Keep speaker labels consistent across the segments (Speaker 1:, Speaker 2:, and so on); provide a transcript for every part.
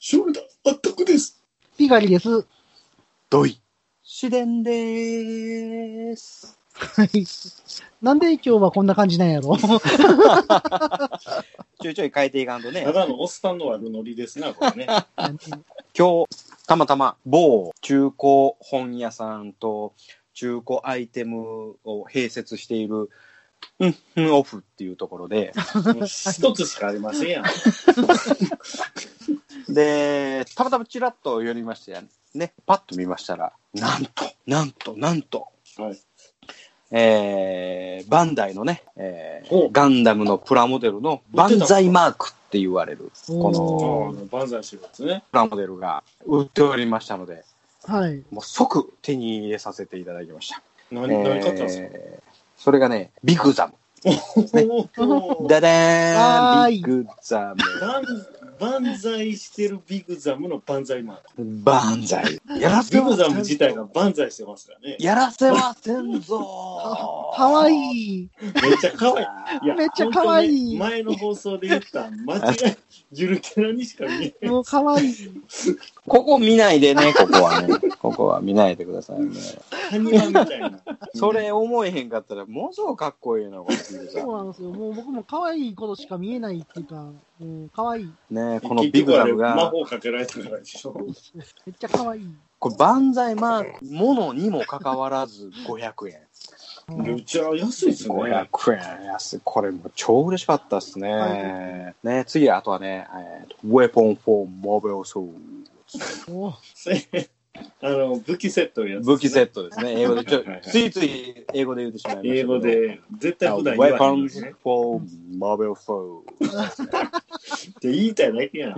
Speaker 1: ショルダー全くです。
Speaker 2: ピガリです。
Speaker 3: どい。
Speaker 4: 主伝でーす。
Speaker 2: はい。なんで今日はこんな感じなんや ろ
Speaker 4: ちょいちょい変えていかんとね
Speaker 1: た。だのおっさんの悪ノリですな、これね。
Speaker 4: 今日、たまたま某中古本屋さんと中古アイテムを併設している、うん、うん、オフっていうところで、
Speaker 1: 一つしかありませんやん。
Speaker 4: で、たまたまちらっと寄りましてね、パッと見ましたら、なんと、なんと、なんと、
Speaker 1: はい
Speaker 4: えー、バンダイのね、えー
Speaker 1: お
Speaker 4: ガンダムのプラモデルのバンザイマークって言われる、こ
Speaker 1: あ
Speaker 4: の
Speaker 1: ー万歳してるやつね。
Speaker 4: プラモデルが売っておりましたので、
Speaker 2: はい。
Speaker 4: もう即手に入れさせていただきました。
Speaker 1: 何、何買ったんですか
Speaker 4: えーそれがね、ビグザム。ダダ
Speaker 2: はー
Speaker 4: ーン
Speaker 2: い
Speaker 4: ビグザ
Speaker 1: 万万歳してるビグザムの万歳マーク。
Speaker 4: ム。バンザイ。やらせ
Speaker 1: ビ
Speaker 4: は
Speaker 1: グザム自体が万歳してますからね。
Speaker 4: やらせませんぞ ー。
Speaker 2: かわい
Speaker 4: い。
Speaker 2: い。
Speaker 1: めっちゃ可愛い。いや
Speaker 2: めっちゃ可愛い
Speaker 1: 本当ね前の放送で言った間違い、ゆるキャラにしか見え
Speaker 2: もうかわいい。
Speaker 4: ここ見ないでね、ここはね。ここは見ないでくださいね。
Speaker 1: ない。埴輪みたい な。
Speaker 4: それ思えへんかったら、ものすごくかっこいいな、このビグザ
Speaker 2: そうなんですよ。もう僕もかわいいことしか見えないっていうか、もうかわいい。
Speaker 4: ム。ね、このビグザ
Speaker 1: 結局
Speaker 4: ム
Speaker 1: あれ魔
Speaker 4: が、
Speaker 1: 法かけられたからでしょ。
Speaker 2: めっちゃかわいい。
Speaker 4: これバンザイマーク、ものにもかかわらず500円。
Speaker 1: めっちゃ安いですね。
Speaker 4: 500円安い。これもう超嬉しかったですね。ね、次、あとはね、えーと、Weapon for Mobile Soul。
Speaker 2: おー
Speaker 1: せ あの武器セットのやつ、
Speaker 4: 武器セットで すね。英語で、ちょ
Speaker 1: はいはい、
Speaker 4: ついつい英語で言ってしまいましたけど。
Speaker 1: 英語で、絶対
Speaker 4: あ。
Speaker 1: 普段言わないのに
Speaker 4: Weapons
Speaker 1: ね。
Speaker 4: for Mobile Soul。
Speaker 1: って言いたいだけやん。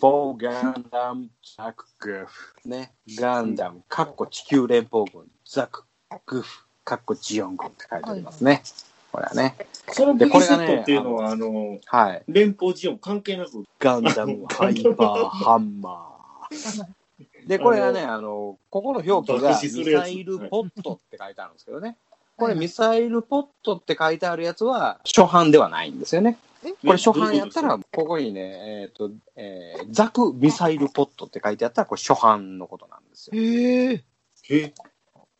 Speaker 4: For Gundam Zack Goof。ね、ガンダム、かっこ地球連邦軍、ザック・グフ、かっこジオン軍って書いてありますね。これはね。
Speaker 1: その武器セットっていうのは、あの、
Speaker 4: はい。
Speaker 1: 連邦事業関係なく、
Speaker 4: ガンダムハイバーハンマー。で、これがね、あの、ここの表記が
Speaker 1: 爆死す
Speaker 4: ミ
Speaker 1: るやつ
Speaker 4: サイルポットって書いてあるんですけどね。これミサイルポットって書いてあるやつは初版ではないんですよね。これ初版やったら、ここにね、えっ、と、えーザクミサイルポットって書いてあったら、これ初版のことなんですよ。
Speaker 2: へえ。
Speaker 1: え、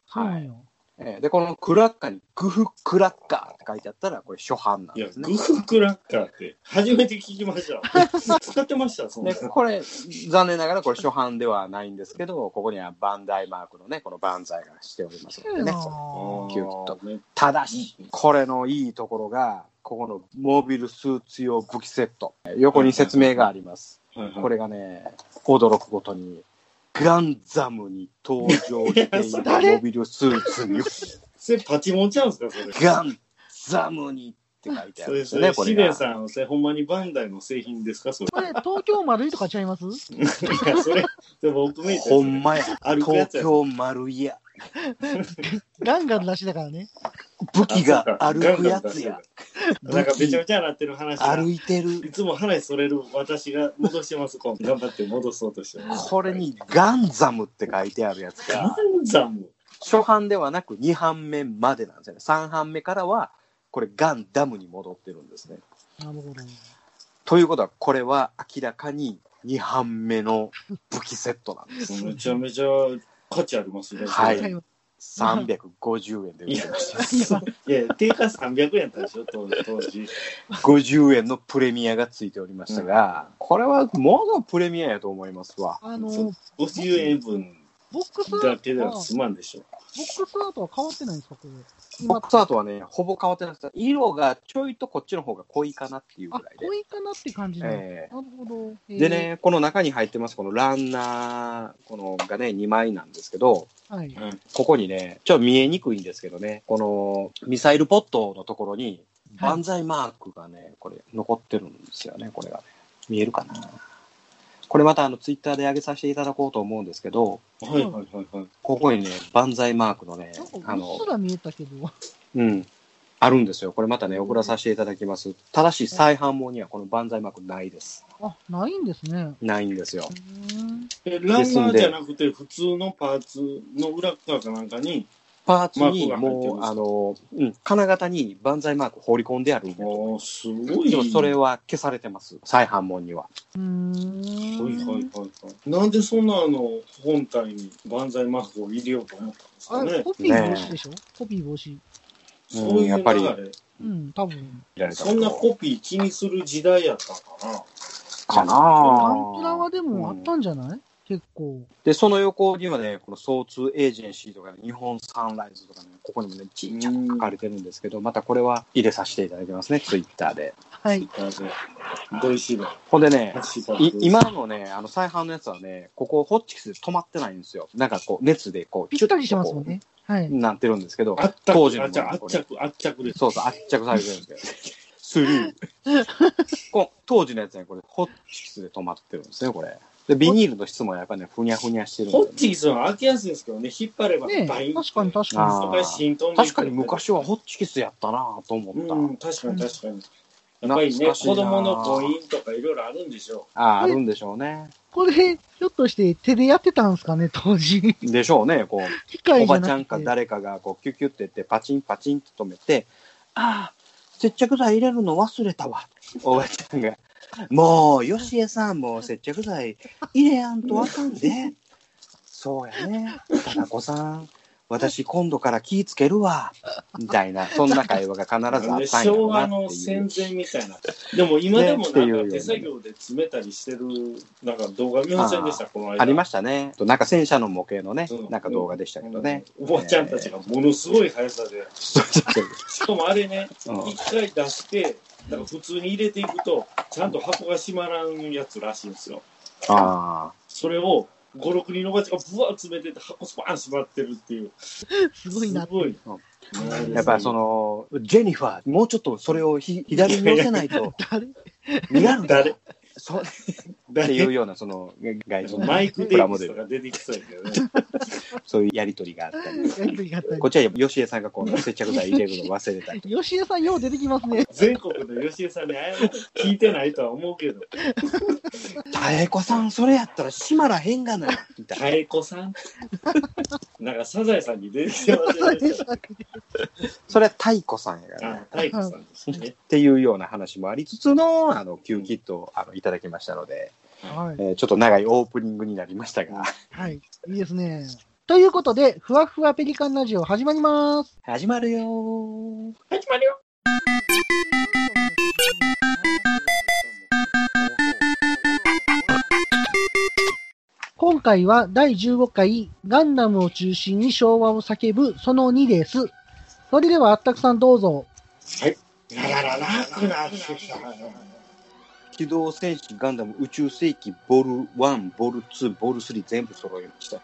Speaker 2: そうなんよ。
Speaker 4: えーで、このクラッカーにグフクラッカーって書いてあったら、これ初版なん
Speaker 1: いや
Speaker 4: で、すね
Speaker 1: グ。フクラッカーって、初めて聞きました。 使ってました、そんな
Speaker 4: で、。これ、残念ながらこれ初版ではないんですけど、ここにはバンダイマークのね、このバンザイがしておりますのでね。
Speaker 1: あー
Speaker 4: キュッと
Speaker 1: ね
Speaker 4: ただし、これのいいところが、ここのモビルスーツ用武器セット。横に説明があります。
Speaker 1: はいはい
Speaker 4: これがね、驚くことに、ガンザムに登場して いたモビルスーツに、
Speaker 1: それパチモンちゃうんすか、それ。
Speaker 4: ガンザムにって書いてあ
Speaker 1: そ
Speaker 4: るん
Speaker 1: れ、
Speaker 4: です
Speaker 1: そ
Speaker 4: よね、
Speaker 1: れ、
Speaker 4: こ
Speaker 1: シ
Speaker 4: れ
Speaker 1: デ
Speaker 4: が。
Speaker 1: さん、それ、ほんまにバンダイの製品ですか、それ。
Speaker 2: これ、東京丸いとかちゃいます
Speaker 1: いや、それ、それ僕見えて
Speaker 4: ほんまや、
Speaker 1: 歩くや
Speaker 4: 東
Speaker 1: つや
Speaker 4: 京丸いや、
Speaker 2: ガンガン出しだからね。
Speaker 4: 武器が歩くやつや、。
Speaker 1: あそうかガンガン出してるなん
Speaker 4: 武
Speaker 1: か、べちゃ
Speaker 4: 器
Speaker 1: べちゃなってる話だ。
Speaker 4: 歩いてる。
Speaker 1: いつも話それる私が戻してます、今 頑張って戻そうとしてます。
Speaker 4: これにガンザムって書いてあるやつ
Speaker 1: ガ
Speaker 4: が、
Speaker 1: ンザム。
Speaker 4: 初版ではなく2版目までなんですよね。3版目からは、これガンダムに戻ってるんですね。
Speaker 2: なるほど。
Speaker 4: ということは、これは明らかに2版目の武器セットなんです。
Speaker 1: めちゃめちゃ価値ありますね。
Speaker 4: は
Speaker 2: はい
Speaker 4: い。350円で売ってました。
Speaker 1: いや、定価300円だったでしょ、当当時。
Speaker 4: 50円のプレミアがついておりましたが、これはものプレミアやと思いますわ。
Speaker 2: あの、
Speaker 1: 50円分
Speaker 2: ボックス
Speaker 1: だ
Speaker 2: アート
Speaker 1: けで
Speaker 2: は、
Speaker 1: は
Speaker 2: ボッ
Speaker 1: すまんでしょ。
Speaker 2: クスアートは変わってないんですか、これ。
Speaker 4: ボックスアートはね、ほぼ変わってなくて、色がちょいとこっちの方が濃いかなっていうぐ
Speaker 2: あ
Speaker 4: らい、で
Speaker 2: こ。いかなって感じなんだ
Speaker 4: ええ
Speaker 2: なるほど。えー
Speaker 4: で。ね、この中に入ってます、このランナー、このがね、2枚なんですけど、
Speaker 2: はい。
Speaker 4: ここにね、ちょっと見えにくいんですけどね、このミサイルポットのところに、
Speaker 2: はい
Speaker 4: 万歳マークがね、これ、残ってるんですよね、これがね。見えるかな。これまた、あの、ツイッターで上げさせていただこうと思うんですけど、
Speaker 1: はいはいはいはい。
Speaker 4: ここにね、万歳マークのね
Speaker 2: なんか、、
Speaker 4: あ
Speaker 2: うっ
Speaker 4: の
Speaker 2: す、ら見えたけど。
Speaker 4: うん、あるんですよ。これまたね、送らさせていただきます。ただし、再販網にはこの万歳マークないです。
Speaker 2: あ、ないんですね。
Speaker 4: ないんですよ
Speaker 2: う。ーん
Speaker 1: え、ランナーじゃなくて、普通のパーツの裏側かなんかに、
Speaker 4: パーツに、
Speaker 1: マークが入ってるんで
Speaker 4: もう、
Speaker 1: すか
Speaker 4: あの、うん、金型に万歳マーク放り込んであるんで。
Speaker 1: ああ、すごい。
Speaker 4: でもそれは消されてます。再版本には。
Speaker 2: うーん。
Speaker 1: はいはいはいはい。なんでそんなあの本体に万歳マークを入れようと思ったんですか
Speaker 2: あれ、
Speaker 1: ね。
Speaker 2: コピー防止でしょ、コピー防止。
Speaker 1: そういう
Speaker 4: やっ
Speaker 1: 流
Speaker 4: ぱり
Speaker 1: れ。
Speaker 2: うん、多分。
Speaker 1: そんなコピー気にする時代やったんかな。
Speaker 4: かな
Speaker 2: ア
Speaker 4: あ
Speaker 2: ンプラはでもあったんじゃない、結構。
Speaker 4: で、その横にはね、この相通エージェンシーとか、日本サンライズとかね、ここにもね、ちっちゃく書かれてるんですけど、またこれは入れさせていただきますね、ツイッターで。
Speaker 2: はい。
Speaker 1: なぜ。ドイシーだ。
Speaker 4: ほんでね、
Speaker 1: ハッシュタグ
Speaker 4: い今のね、あの再販のやつはね、ここホッチキスで止まってないんですよ。なんかこう、熱でこう、
Speaker 2: ぴったりしてますもん
Speaker 4: ね。
Speaker 2: ね。はい。
Speaker 4: なってるんですけど、
Speaker 1: あった
Speaker 4: 当時の
Speaker 1: あ
Speaker 4: もの
Speaker 1: っちゃく、あっちゃくです。
Speaker 4: そうそう、圧着されてるんで すけど。スルー。こ当時のやつね、これ、ホッチキスで止まってるんですね、これ。で、ビニールの質もやっぱね、ふにゃふにゃしてるんで
Speaker 1: ホ
Speaker 4: ね、
Speaker 1: ッチキスは開けやすいんですけどね、引っ張れば
Speaker 2: ね
Speaker 1: バイン
Speaker 2: え、
Speaker 1: って。
Speaker 2: 確かに確
Speaker 4: あ
Speaker 2: か
Speaker 4: ー
Speaker 1: そこへ浸透
Speaker 4: 確かに昔はホッチキスやったなぁと思った。
Speaker 1: うん、確かに確かに。や
Speaker 4: うん
Speaker 1: っぱりね、
Speaker 4: 懐かしいな
Speaker 1: 子供の母音とかいろいろあるんでしょ
Speaker 4: ああ、あるんでしょうね。
Speaker 2: に。これ、ひょっとして手でやってたんですかね、当時。
Speaker 4: でしょうね、こう。
Speaker 2: 機械 じ
Speaker 4: お
Speaker 2: ゃ
Speaker 4: ば
Speaker 2: なく
Speaker 4: ち
Speaker 2: て。
Speaker 4: ゃんか誰かがこうキュキュってやってパチンパチンって止めて「ああ接着剤入れるの忘れたわ」おばちゃんが「もうよしえさんもう接着剤入れやんとあかんで」そうやねただこさん私今度から気ぃつけるわみたいなそんな会話が必
Speaker 1: う。
Speaker 4: ずあったんや
Speaker 1: 昭
Speaker 4: ろうな
Speaker 1: 和
Speaker 4: っ
Speaker 1: の
Speaker 4: てい
Speaker 1: 戦
Speaker 4: う。
Speaker 1: 前みたいな。でも今でも
Speaker 4: ねっていう
Speaker 1: な
Speaker 4: ようんな
Speaker 1: か手作業で詰めたりしてる、なんか動画見ませんでした、この間。
Speaker 4: ありま
Speaker 1: し
Speaker 4: したね。なんか戦車の模型のね
Speaker 1: う、ん
Speaker 4: なんか動画でしたけどね。。
Speaker 1: おばちゃんたちがものすごい速さで。しかもあれね、
Speaker 4: うん
Speaker 1: 一回出して、なんか普通に入れていくと、ちゃんと箱が閉まらんやつらしいんですよ。
Speaker 4: ああ。
Speaker 1: それを5、6人のおばちゃんがぶわー詰めてて、箱スパーン閉まってるっていう。
Speaker 2: すごいな
Speaker 1: す。ごい。
Speaker 4: やっぱその、ジェニファー、もうちょっとそれをひ左に寄せないと、
Speaker 2: 誰
Speaker 4: 逃がるんだ。
Speaker 1: 誰
Speaker 4: そうっ
Speaker 1: 誰
Speaker 4: ていうような、そ の、外人
Speaker 1: マイク・
Speaker 4: プ
Speaker 1: デ
Speaker 4: ラ
Speaker 1: イビ
Speaker 4: モデ
Speaker 1: スと
Speaker 4: ル、
Speaker 1: か出てきそうやけどね。
Speaker 4: そういうやりとりがあったり。
Speaker 2: やりとりがあった
Speaker 4: こっちは吉江さんがこう、接着剤入れるの忘れたり。
Speaker 2: り。吉江さん、よう出てきますね。
Speaker 1: 全国の吉江さんに謝る聞いてないとは思うけど、
Speaker 4: たえこさん、それやったら閉まらへんがな、みたいな。
Speaker 1: 妙子さ ん。なんかサザエさんに出てきてませんでした。
Speaker 4: それは太鼓さんや からね。
Speaker 1: あ、妙子さんですね。
Speaker 4: っていうような話もありつつの、あの、旧キットをあのいただきましたので、
Speaker 2: は
Speaker 4: え
Speaker 2: い。
Speaker 4: ーちょっと長いオープニングになりましたが、
Speaker 2: はい。いいですね。ということで、ふわふわペリカンラジオ始まります。
Speaker 4: 始まるよー。
Speaker 1: 始まるよ。
Speaker 2: 今回は第15回、ガンダムを中心に昭和を叫ぶその2です。それでは、あったくさんどうぞ。
Speaker 1: ララララくなってきた。
Speaker 4: 機動戦士ガンダム宇宙世紀ボル1、ボル2、ボル3全部揃いました。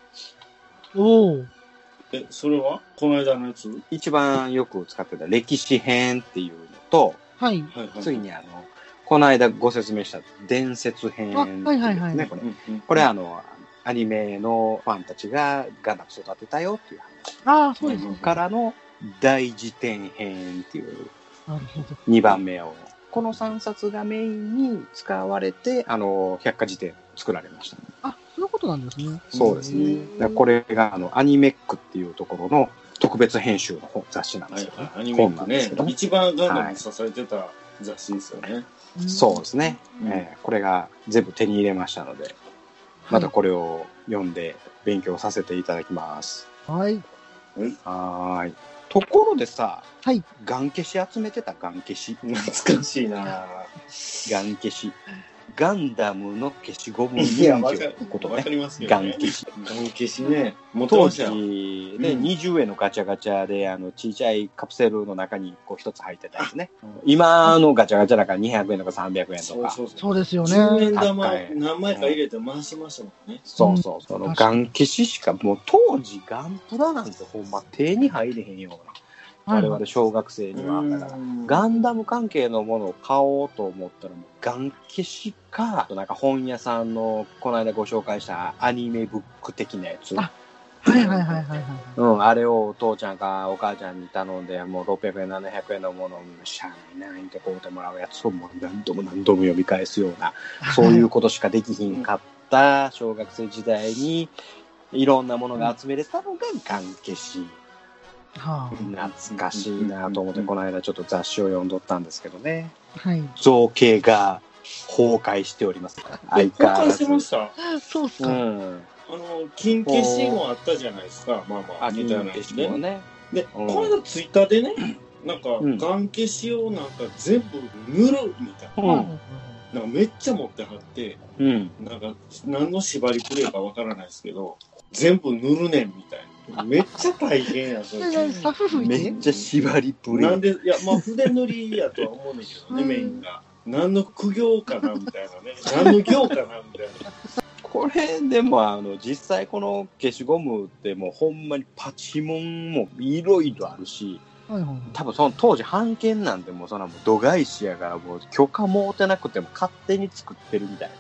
Speaker 2: おお。
Speaker 1: え、それはこの間のやつは
Speaker 4: 一番よく使ってた歴史編っていうのと、
Speaker 2: はい。
Speaker 1: いは
Speaker 4: ついにあの、この間ご説明した伝説編っていう
Speaker 2: あはいはいはい
Speaker 4: ね、これ。
Speaker 1: うん
Speaker 4: これあの、アニメのファンたちがガンダム育てたよっていう
Speaker 2: ああ、そうです。
Speaker 1: うん
Speaker 4: 話からの大辞典編っていう
Speaker 2: なるほど。
Speaker 4: 2番目を。この3冊がメインに使われて、あの、百科事典作られました。
Speaker 2: あ、そういうことなんですね。
Speaker 4: そうですね。だからこれがあのアニメックっていうところの特別編集の本雑誌なんで
Speaker 1: は
Speaker 4: す
Speaker 1: い
Speaker 4: よ、ね
Speaker 1: はいアニメ
Speaker 4: 本
Speaker 1: ッ
Speaker 4: な
Speaker 1: ク
Speaker 4: んです
Speaker 1: ね
Speaker 4: けど、ね。
Speaker 1: 一番ガンダムに支えてた雑誌ですよね。
Speaker 2: ん
Speaker 4: そうですね、
Speaker 1: うん
Speaker 4: えーこれが全部手に入れましたので、またこれを読んで勉強させていただきます。
Speaker 2: はい。
Speaker 4: はーい。ところでさ、
Speaker 2: はい
Speaker 4: ガン消し集めてたガン消し。
Speaker 1: 懐かしいな
Speaker 4: ガン消し。ガンダムの消しゴム
Speaker 1: い
Speaker 4: 人
Speaker 1: や、
Speaker 4: 形の
Speaker 1: わかる
Speaker 4: こと
Speaker 1: わ
Speaker 4: ね
Speaker 1: か。りますよ
Speaker 4: ガン
Speaker 1: ね。
Speaker 4: 消し。
Speaker 1: ガン消しね。も
Speaker 4: 当
Speaker 1: し
Speaker 4: 時、
Speaker 1: よ
Speaker 4: ね
Speaker 1: うん
Speaker 4: 20円のガチャガチャであの小さいカプセルの中にこう一つ入ってたやつね今のガチャガチャだから200円とか300円と
Speaker 1: そう
Speaker 4: か
Speaker 1: そうそう。
Speaker 2: そうですよね。
Speaker 1: 10円玉
Speaker 4: 高い
Speaker 1: 何枚か入れて回しましたもんね。
Speaker 4: そうそうそ
Speaker 2: うん
Speaker 4: の
Speaker 2: 確か
Speaker 4: ガン消ししかもう当時ガンプラなんてほんま手に入れへんような
Speaker 2: はい
Speaker 4: 我々小学生にはだからガンダム関係のものを買おうと思ったらもうガン消しかあとなんか本屋さんのこの間ご紹介したアニメブック的なやつ
Speaker 2: あはいはいはいはいはい。
Speaker 4: うん、あれをお父ちゃんかお母ちゃんに頼んで、もう600円、700円のものをしゃあないな、言うてこうてもらうやつをもう何度も何度も呼び返すよう な、そういうことしかできひんかった小学生時代に、いろんなものが集めれたのが、ガン消し
Speaker 2: は
Speaker 4: 懐かしいなと思って、この間ちょっと雑誌を読んどったんですけどね。
Speaker 2: あ、はい。
Speaker 4: 造形が崩壊しております。相変わ
Speaker 1: 崩
Speaker 4: ら
Speaker 1: 壊して
Speaker 4: ず。
Speaker 1: ました。
Speaker 2: そうっす
Speaker 4: う
Speaker 2: か。
Speaker 4: ん。
Speaker 1: あの、金消しもあったじゃないですか。まあまあ、似たようなやつね。
Speaker 4: もね。
Speaker 1: で、
Speaker 4: うん
Speaker 1: この間ツイッターでね、なんか、
Speaker 4: うん
Speaker 1: 眼消しをなんか全部塗るみたいな。
Speaker 4: うん。
Speaker 1: なんかめっちゃ持ってはって、
Speaker 4: うん。
Speaker 1: なんか、何の縛りプレイかわからないですけど、全部塗るねんみたいな。めっちゃ大変や、そ
Speaker 2: そ
Speaker 1: れ
Speaker 2: れ。何サフ吹い
Speaker 4: め
Speaker 2: て
Speaker 4: っちゃ縛りプレ
Speaker 1: なん
Speaker 4: イ。
Speaker 1: で、いや、まあ、筆塗りやとは思うねんだけどね、
Speaker 2: うん
Speaker 1: メインが。何の苦行かなみたいなね。何の行かなみたいな。
Speaker 4: これでもあの実際この消しゴムってもうほんまにパチモンもいろいろあるし
Speaker 2: はいはいはい
Speaker 4: 多分その当時版権なんてもうそんなもう度外視やからもう許可もうてなくても勝手に作ってるみたいな。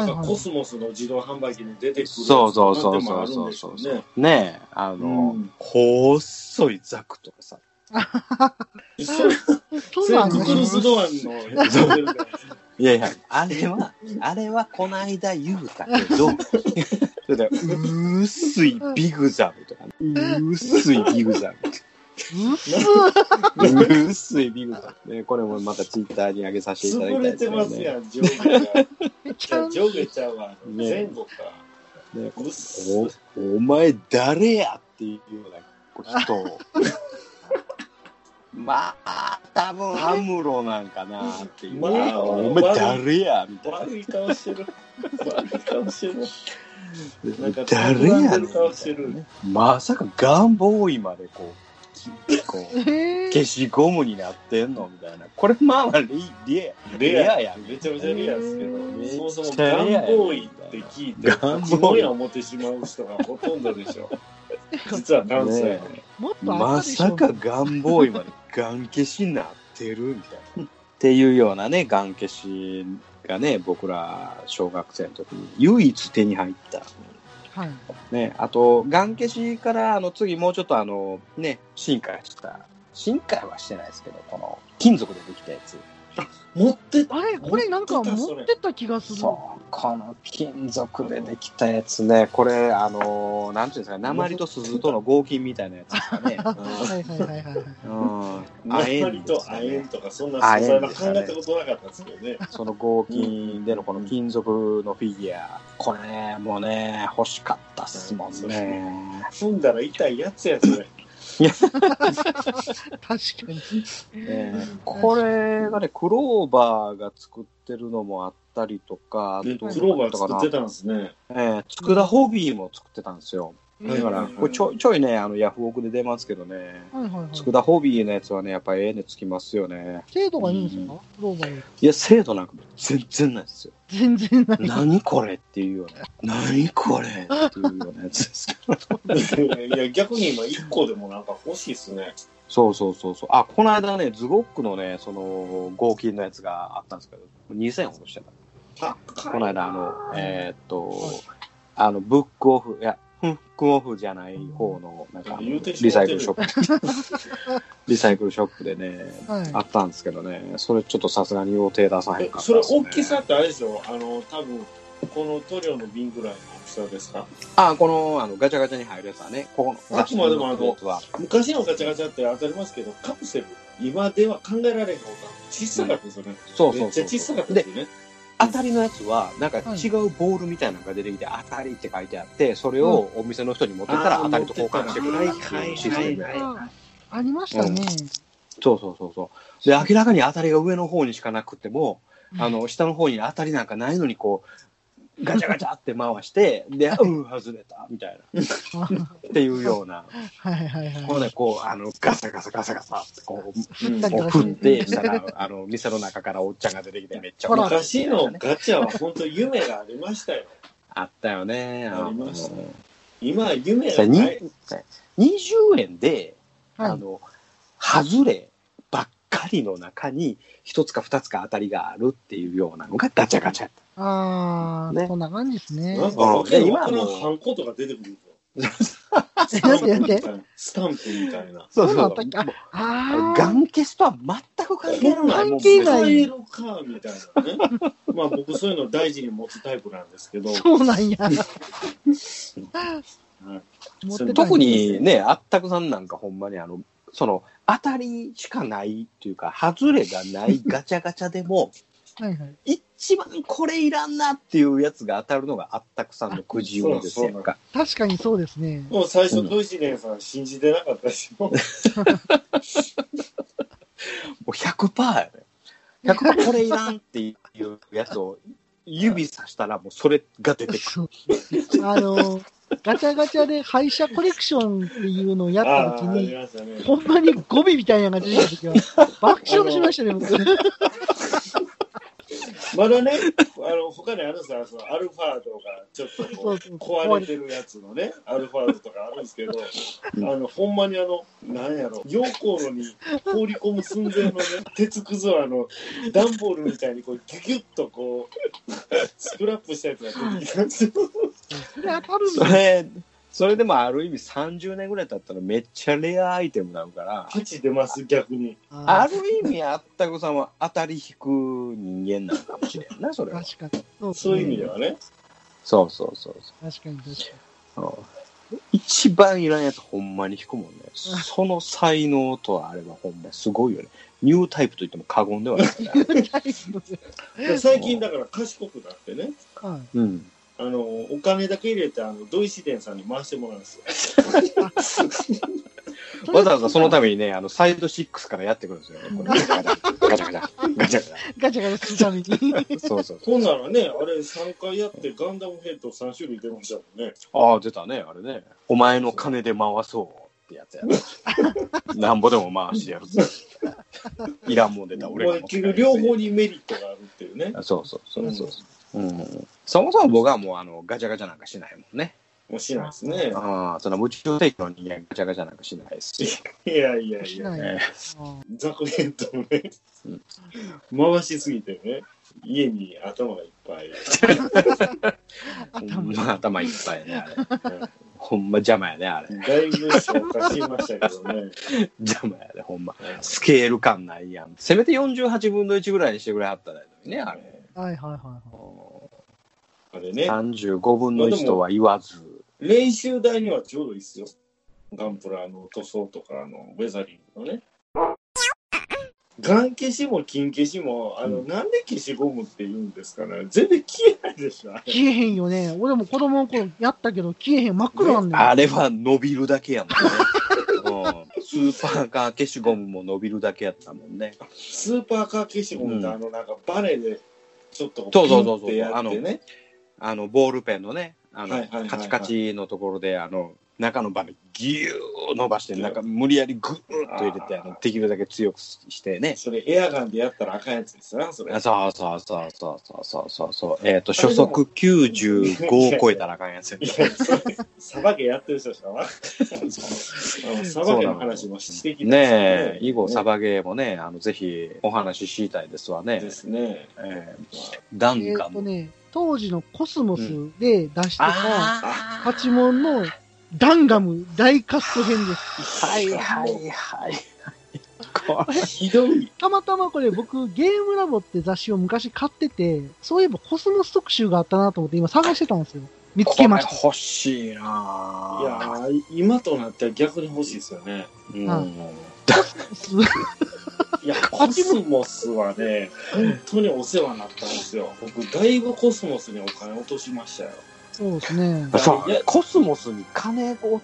Speaker 1: なんかコスモスの自動販売機に出てくるやつ
Speaker 4: そうそうそ
Speaker 1: なん
Speaker 4: う
Speaker 1: ても
Speaker 4: そ
Speaker 1: あ
Speaker 4: う
Speaker 1: るん
Speaker 4: そう
Speaker 1: でし
Speaker 4: そ
Speaker 1: ょ
Speaker 4: う
Speaker 1: うね。
Speaker 4: ねえあの、
Speaker 1: うん
Speaker 4: 細いザクとかさ
Speaker 1: それ
Speaker 2: そ
Speaker 1: そ
Speaker 2: ん
Speaker 1: れ
Speaker 2: なんあん
Speaker 1: ク
Speaker 2: の
Speaker 1: クルスドアンのやつが出るから
Speaker 4: いやいやあれ はあれはこないだ言うたけどそれで薄いビグザムとか、ね、薄いビグザム
Speaker 2: うっす
Speaker 4: 薄いビグさん。ね、これもまたツイッターに上げさせていただきた
Speaker 1: 潰
Speaker 4: い
Speaker 1: れ
Speaker 4: です
Speaker 1: て
Speaker 4: よね。
Speaker 1: ますやん、上下
Speaker 2: めっちゃ
Speaker 1: が。上下ちゃうわ。前後か。
Speaker 4: ね
Speaker 1: うっす
Speaker 4: おお前誰やっていうようなこう人を。 まあ、多分アムロなんかなっていう。
Speaker 1: まあ
Speaker 4: お前誰やみたいな。
Speaker 1: 悪い顔してる。悪い顔してる。なんか
Speaker 4: 誰やねんみたい
Speaker 1: 顔してる
Speaker 4: なねまさかガンボーイまでこう、きこう
Speaker 2: え
Speaker 4: 消
Speaker 2: ー、
Speaker 4: しゴムになってんのみたいな。これまあまあリリア
Speaker 1: レア
Speaker 4: レアやん
Speaker 1: めちゃめちゃレアですけど、
Speaker 2: め
Speaker 4: っちゃ
Speaker 1: そもそもガンボーイって聞いて、
Speaker 4: レアやガンボーイ
Speaker 1: 自分や思ってしまう人がほとんどでしょ。実は男性やね。
Speaker 2: もっとあった
Speaker 4: ま
Speaker 2: でしょ。
Speaker 4: さかガンボーイまでガン消しになってるみたいな。っていうようなね、ガン消しがね、僕ら小学生の時に唯一手に入った。
Speaker 2: はい。
Speaker 4: ね、あと、ガン消しから、あの、次もうちょっとあの、ね、進化した。進化はしてないですけど、この、金属でできたやつ。
Speaker 1: 持ってた
Speaker 2: あれこれなんか持ってた気がする。
Speaker 4: そう、この金属でできたやつね、これ、あの、なんていうんですか、鉛と鈴との合金みたいなやつです かね。
Speaker 2: はいはいはいはいはい。
Speaker 4: うん。
Speaker 1: 鉛
Speaker 4: んです
Speaker 1: と
Speaker 4: よ
Speaker 1: 亜
Speaker 4: ね
Speaker 1: 鉛とかそんな素材は考えたことなかったですけどね。
Speaker 4: その合金でのこの金属のフィギュア、これね、もうね、欲しかったっすもんね。
Speaker 1: 踏んだら痛いやつやつね。
Speaker 2: 確かに。
Speaker 4: えーこれがね、クローバーが作ってるのもあったりとか、あ
Speaker 1: で
Speaker 4: と
Speaker 1: クローバー
Speaker 4: とか
Speaker 1: 作
Speaker 4: な
Speaker 1: ってたんですね。
Speaker 4: えー、つくだホビーも作ってたんですよ。
Speaker 1: は
Speaker 4: だ
Speaker 1: い
Speaker 4: から、これちょいちょいね、あのヤフオクで出ますけどね、
Speaker 2: はいはいはい。
Speaker 4: つくだホビーのやつはね、やっぱええねつきますよね。
Speaker 2: 精度がいいんですかクローバーに。
Speaker 4: いや、精度なんか全然ないですよ。
Speaker 2: 全然ない。
Speaker 4: 何これっていうような、何これっていうようなやつですけど。
Speaker 1: いや、逆に今1個でもなんか欲しいっすね。
Speaker 4: そうそうそうそう。あ、この間ね、ズボックのね、その、合金のやつがあったんですけど、2000ほどしてた。この間、あの、えー
Speaker 2: は
Speaker 4: っと
Speaker 2: い、
Speaker 4: あの、ブックオフ、いや、フックオフじゃない方の、なんかあの、
Speaker 1: 言うてし
Speaker 4: リ
Speaker 1: ま
Speaker 4: サ
Speaker 1: っ
Speaker 4: イ
Speaker 1: てる
Speaker 4: クルショップ。 リサイクルショップでね、
Speaker 2: はい。
Speaker 4: あったんですけどね、それちょっとさすがに予定出さへん
Speaker 1: え
Speaker 4: かった
Speaker 1: それ
Speaker 4: ですね、
Speaker 1: 大きさってあれでしょあの、多分この塗料の瓶ぐらいの大きさですか
Speaker 4: あ、この、あの、ガチャガチャに入るやつはね、ここの、
Speaker 1: あくまでもあの
Speaker 4: やつは、
Speaker 1: 昔のガチャガチャって当たりますけど、カプセル、今では考えられへんほど小さかったですよね。
Speaker 4: そうそうそう。
Speaker 1: めっちゃ小さかったですよね。
Speaker 4: 当たりのやつは、なんか違うボールみたいなのが出てきて、当たりって書いてあって、それをお店の人に持ってたら
Speaker 1: あー
Speaker 4: 当たりと交換してくれるっていうシステムで
Speaker 1: は
Speaker 2: ないんかありましたね。
Speaker 4: そうそうそうそう。で、明らかに当たりが上の方にしかなくても、あの、下の方に当たりなんかないのに、こう、ガチャガチャって回して、で、うん、外れた、みたいな、っ
Speaker 2: はい
Speaker 4: ていうような、
Speaker 2: はいはい
Speaker 4: こう
Speaker 2: はい。
Speaker 4: ね、こう、あの、ガサガサガサガサって、こう、
Speaker 2: 振ったり
Speaker 4: こ
Speaker 2: と
Speaker 4: う
Speaker 2: か
Speaker 4: 振っ
Speaker 2: して。
Speaker 4: て、したら、あの、店の中からおっちゃんが出てきて、めっちゃ
Speaker 2: ほら
Speaker 4: 面白い
Speaker 1: 昔のガチャは本当夢がありましたよ。
Speaker 4: あったよね。
Speaker 1: ありました
Speaker 4: あの
Speaker 1: 今、夢
Speaker 4: さ
Speaker 1: が
Speaker 4: に
Speaker 1: ない。
Speaker 4: 20円で、
Speaker 2: は
Speaker 4: あ
Speaker 2: い。
Speaker 4: の、外ればっかりの中に、一つか二つか当たりがあるっていうようなのがガチャガチャやった。
Speaker 2: あー、
Speaker 4: ね
Speaker 2: そんな感じですね。
Speaker 1: なんか、
Speaker 4: うん
Speaker 1: わけのわか
Speaker 4: い
Speaker 1: ら
Speaker 4: や
Speaker 1: ん
Speaker 4: 今はもう
Speaker 1: ハンコとか出て くるんですよ。
Speaker 2: えなんてなんて
Speaker 1: スタンプみたいな。
Speaker 4: そう
Speaker 2: そう
Speaker 4: そ
Speaker 2: だ
Speaker 4: う
Speaker 2: ったっけ
Speaker 4: もう
Speaker 2: あ
Speaker 4: ガ
Speaker 2: ー。
Speaker 4: ン消しとは全く関係ないもん。
Speaker 2: 関係ない
Speaker 1: 使えるか、みたいなね。まあ僕そういうの大事に持つタイプなんですけど、
Speaker 2: そうなんや。持ってたんですよ
Speaker 4: 特にね、あったくさんなんかほんまにあの、その、当たりしかないっていうか、外れが ないガチャガチャでも、
Speaker 2: はいはい。
Speaker 4: 一番これいらんなっていうやつが当たるのがあったくさんのくじ運ですやんか。
Speaker 2: 確かにそうですね。
Speaker 1: もう最初、ドイツデンさん信じてなかったし、もう
Speaker 4: もう100%やね。100%これいらんっていうやつを指さしたらもうそれが出てく
Speaker 2: そうあの、ガチャガチャで廃車コレクションっていうのをやった
Speaker 1: あ
Speaker 2: 時
Speaker 1: あ、あり
Speaker 2: に、
Speaker 1: ましたね。
Speaker 2: ほんまにゴミみたいな感じでした時は、爆笑しました ね、僕。
Speaker 1: まだね、あの他にあるんですよ、そのアルファードがちょっとこ
Speaker 2: そううそう
Speaker 1: 壊れてるやつのね、アルファードとかあるんですけど、あのほんまにあの、なんやろ、溶鉱炉に放り込む寸前のね、鉄くずをあの段ボールみたいにこうギュギュッとこう、スクラップしたやつが出てきたんですよ。
Speaker 2: それ当たるん
Speaker 4: る。そ
Speaker 2: だ。
Speaker 4: れ、それでもある意味30年ぐらい経ったらめっちゃレアアイテムになるから、
Speaker 1: 価値出ます、逆に。
Speaker 4: ある意味あったくさんは当たり引く人間なのかもしれんな、それは。
Speaker 2: 確かに。そう
Speaker 1: そういう意味ではね。
Speaker 4: そうそうそうそう。
Speaker 2: 確かに確か
Speaker 4: 一番いらんやつほんまに引くもんね。その才能とあればほんますごいよね。ニュータイプと言っても過言ではないか
Speaker 2: に。
Speaker 4: ら
Speaker 2: ニュータイプで
Speaker 1: 最近だから賢くなってね、
Speaker 2: はい
Speaker 4: うん。
Speaker 1: あのお金だけ入れてあの、ドイシデンさんに回してもらうんですよ。
Speaker 4: わざわざそのためにね、あの、サイド6からやってくるんですよね。このガチャガチャ、ガチャガチャ、ガチャガ
Speaker 2: ガチャガチャするために。
Speaker 4: チャ。そうそうそう。
Speaker 1: ほんならね、あれ3回やってガンダムヘッド3種類出ましたもんね。
Speaker 4: ああ、出たね、あれね。お前の金で回そうってやつやな。なんぼでも回してやる ぜ。いらんもん出た、俺が持って
Speaker 1: 結
Speaker 4: 帰る
Speaker 1: 局両方にメリットがあるっていうね。
Speaker 4: あそうそうそうそうそう、うん。そもそも僕はもうあのガチャガチャなんかしないもんね。
Speaker 1: もうしないですね。
Speaker 4: ああ、その無中定期の人間ガチャガチャなんかしないですし。
Speaker 1: いやいやい
Speaker 2: し
Speaker 1: や、
Speaker 2: ない。
Speaker 4: え
Speaker 2: あ
Speaker 1: ザクヘッドもね、回しすぎてね、家に頭がいっぱい。
Speaker 4: ほ
Speaker 2: 頭
Speaker 4: んま頭いっぱいやね、あれ。ほんま邪魔やね、あれ。
Speaker 1: だいぶ消化しましたけどね。
Speaker 4: 邪魔やね、ほんま。スケール感ないやん。せめて48分の1ぐらいにしてく れはったらいいのにね、あれ。
Speaker 2: はいはいはいはい。
Speaker 1: あれね、
Speaker 4: 35分の1とは言わず。
Speaker 1: 練習台にはちょうどいいっすよ。ガンプラの塗装とか、あの、ウェザリングのね。ガン消しも金消しも、あの、
Speaker 4: うん
Speaker 1: なんで消しゴムって言うんですかね。全然消えないでしょ、あれ
Speaker 2: 消えへんよね。俺も子供の頃やったけど、消えへん。真っ黒なんだよ。
Speaker 4: あれは伸びるだけやもんね。うん、スーパーカー消しゴムも伸びるだけやったもんね。
Speaker 1: スーパーカー消しゴムって、
Speaker 4: うん
Speaker 1: あのなんかバネでちょっと
Speaker 4: そうそうそう
Speaker 1: ピ
Speaker 4: そう
Speaker 1: ンってやってね
Speaker 4: あの、ボールペンのね、あの、
Speaker 1: はいはいはいはい
Speaker 4: カチカチのところで、あの、中のバネギュー伸ばして、中無理やりグーッと入れて、あのできるだけ強くしてね。
Speaker 1: それエアガンでやったらあかんやつですなそれ
Speaker 4: あそうそうそうそうそうそうそうそう。えっ、と、初速95を超えたらあかんやつや
Speaker 1: いやそれ サバゲやってる 人しかわからんあのサバゲの話もしてきた
Speaker 4: ねえ、以後サ
Speaker 1: バ
Speaker 4: バゲーもね、あの、ぜひお話ししたいですわね
Speaker 1: で。すね
Speaker 4: えー、ダン
Speaker 2: え
Speaker 4: ガ
Speaker 2: っと
Speaker 4: ム。
Speaker 2: ね、当時のコスモスで出してた、
Speaker 4: あ
Speaker 2: パチモンのダンガム大カット編です。
Speaker 4: はいはいはい。これ
Speaker 1: ひどい
Speaker 2: たまたまこれ僕、ゲームラボって雑誌を昔買ってて、そういえばコスモス特集があったなと思って今探してたんですよ。見つけました。
Speaker 4: 欲しいない
Speaker 1: や
Speaker 4: ぁ
Speaker 1: ー今となっては逆に欲しいですよね
Speaker 4: うん
Speaker 1: いやコスモスはね本当にお世話になったんですよ僕だいぶコスモスにお金落としましたよ
Speaker 2: そうですね。
Speaker 4: そう
Speaker 1: いや
Speaker 4: コスモスに金を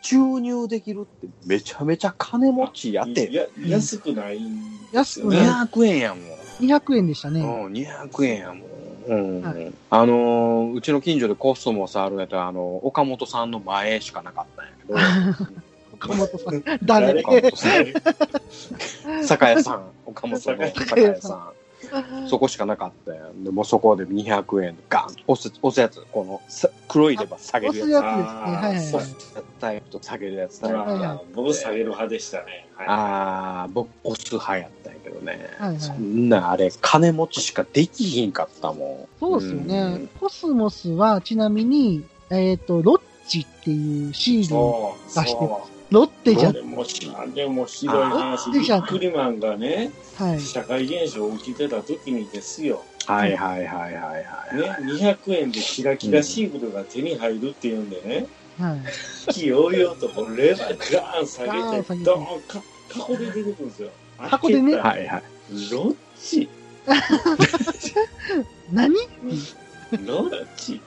Speaker 4: 注入できるってめちゃめちゃ金持ちやって
Speaker 1: いや安くないんですよ
Speaker 2: 安く
Speaker 1: ね
Speaker 2: ない
Speaker 4: 200円やもん、
Speaker 2: 200円でしたね。
Speaker 4: うん、200円やもんうん
Speaker 2: は
Speaker 4: あのーうちの近所でコスモスあるんやったらあの岡本さんの前しかなかったんやけど
Speaker 2: 岡本さん。誰
Speaker 4: 岡本さ
Speaker 1: 誰
Speaker 4: ん 酒屋さ ん岡本さんの酒屋さんそこしかなかったやん。でもうそこで200円ガン押す、押すやつ。このさ黒いレバー下げ
Speaker 2: 押
Speaker 4: る
Speaker 2: す
Speaker 4: や
Speaker 2: やつですね。
Speaker 1: あー
Speaker 2: はいはいはい。
Speaker 4: つ。タイプと下げるやつ。
Speaker 2: はいは
Speaker 1: 僕下げる派でしたね。は
Speaker 4: ああ、僕押す派やったんやけどね。
Speaker 2: はいはい
Speaker 4: そんなあれ、金持ちしかできひんかったもん。
Speaker 2: そうですよね
Speaker 4: ん。。
Speaker 2: コスモスはちなみに、えっ、と、ロッチっていうシー
Speaker 1: い
Speaker 2: ルを、
Speaker 1: そう、
Speaker 2: 出して
Speaker 1: そ
Speaker 2: ロッテ
Speaker 1: う。
Speaker 2: じゃ
Speaker 1: あ
Speaker 2: ん。
Speaker 1: れもし、あれもひどい話。
Speaker 2: あ
Speaker 1: ビックリマンがね、
Speaker 2: はい。
Speaker 1: 社会現象起きてた時にですよ。
Speaker 4: はいはいはいはいはい。
Speaker 1: ね、200円でキラキラシールが手に入るっていうんでね、
Speaker 2: はい。
Speaker 1: 気をよとこうレバーガーン下
Speaker 2: ガ
Speaker 1: げ
Speaker 2: ーン下げ
Speaker 1: て
Speaker 2: て
Speaker 1: ドーンか箱で出てくるんですよ
Speaker 2: 箱で
Speaker 1: 開
Speaker 2: ね
Speaker 1: けたら
Speaker 4: はいはい。
Speaker 1: ロッチ
Speaker 2: 何
Speaker 1: ロッチ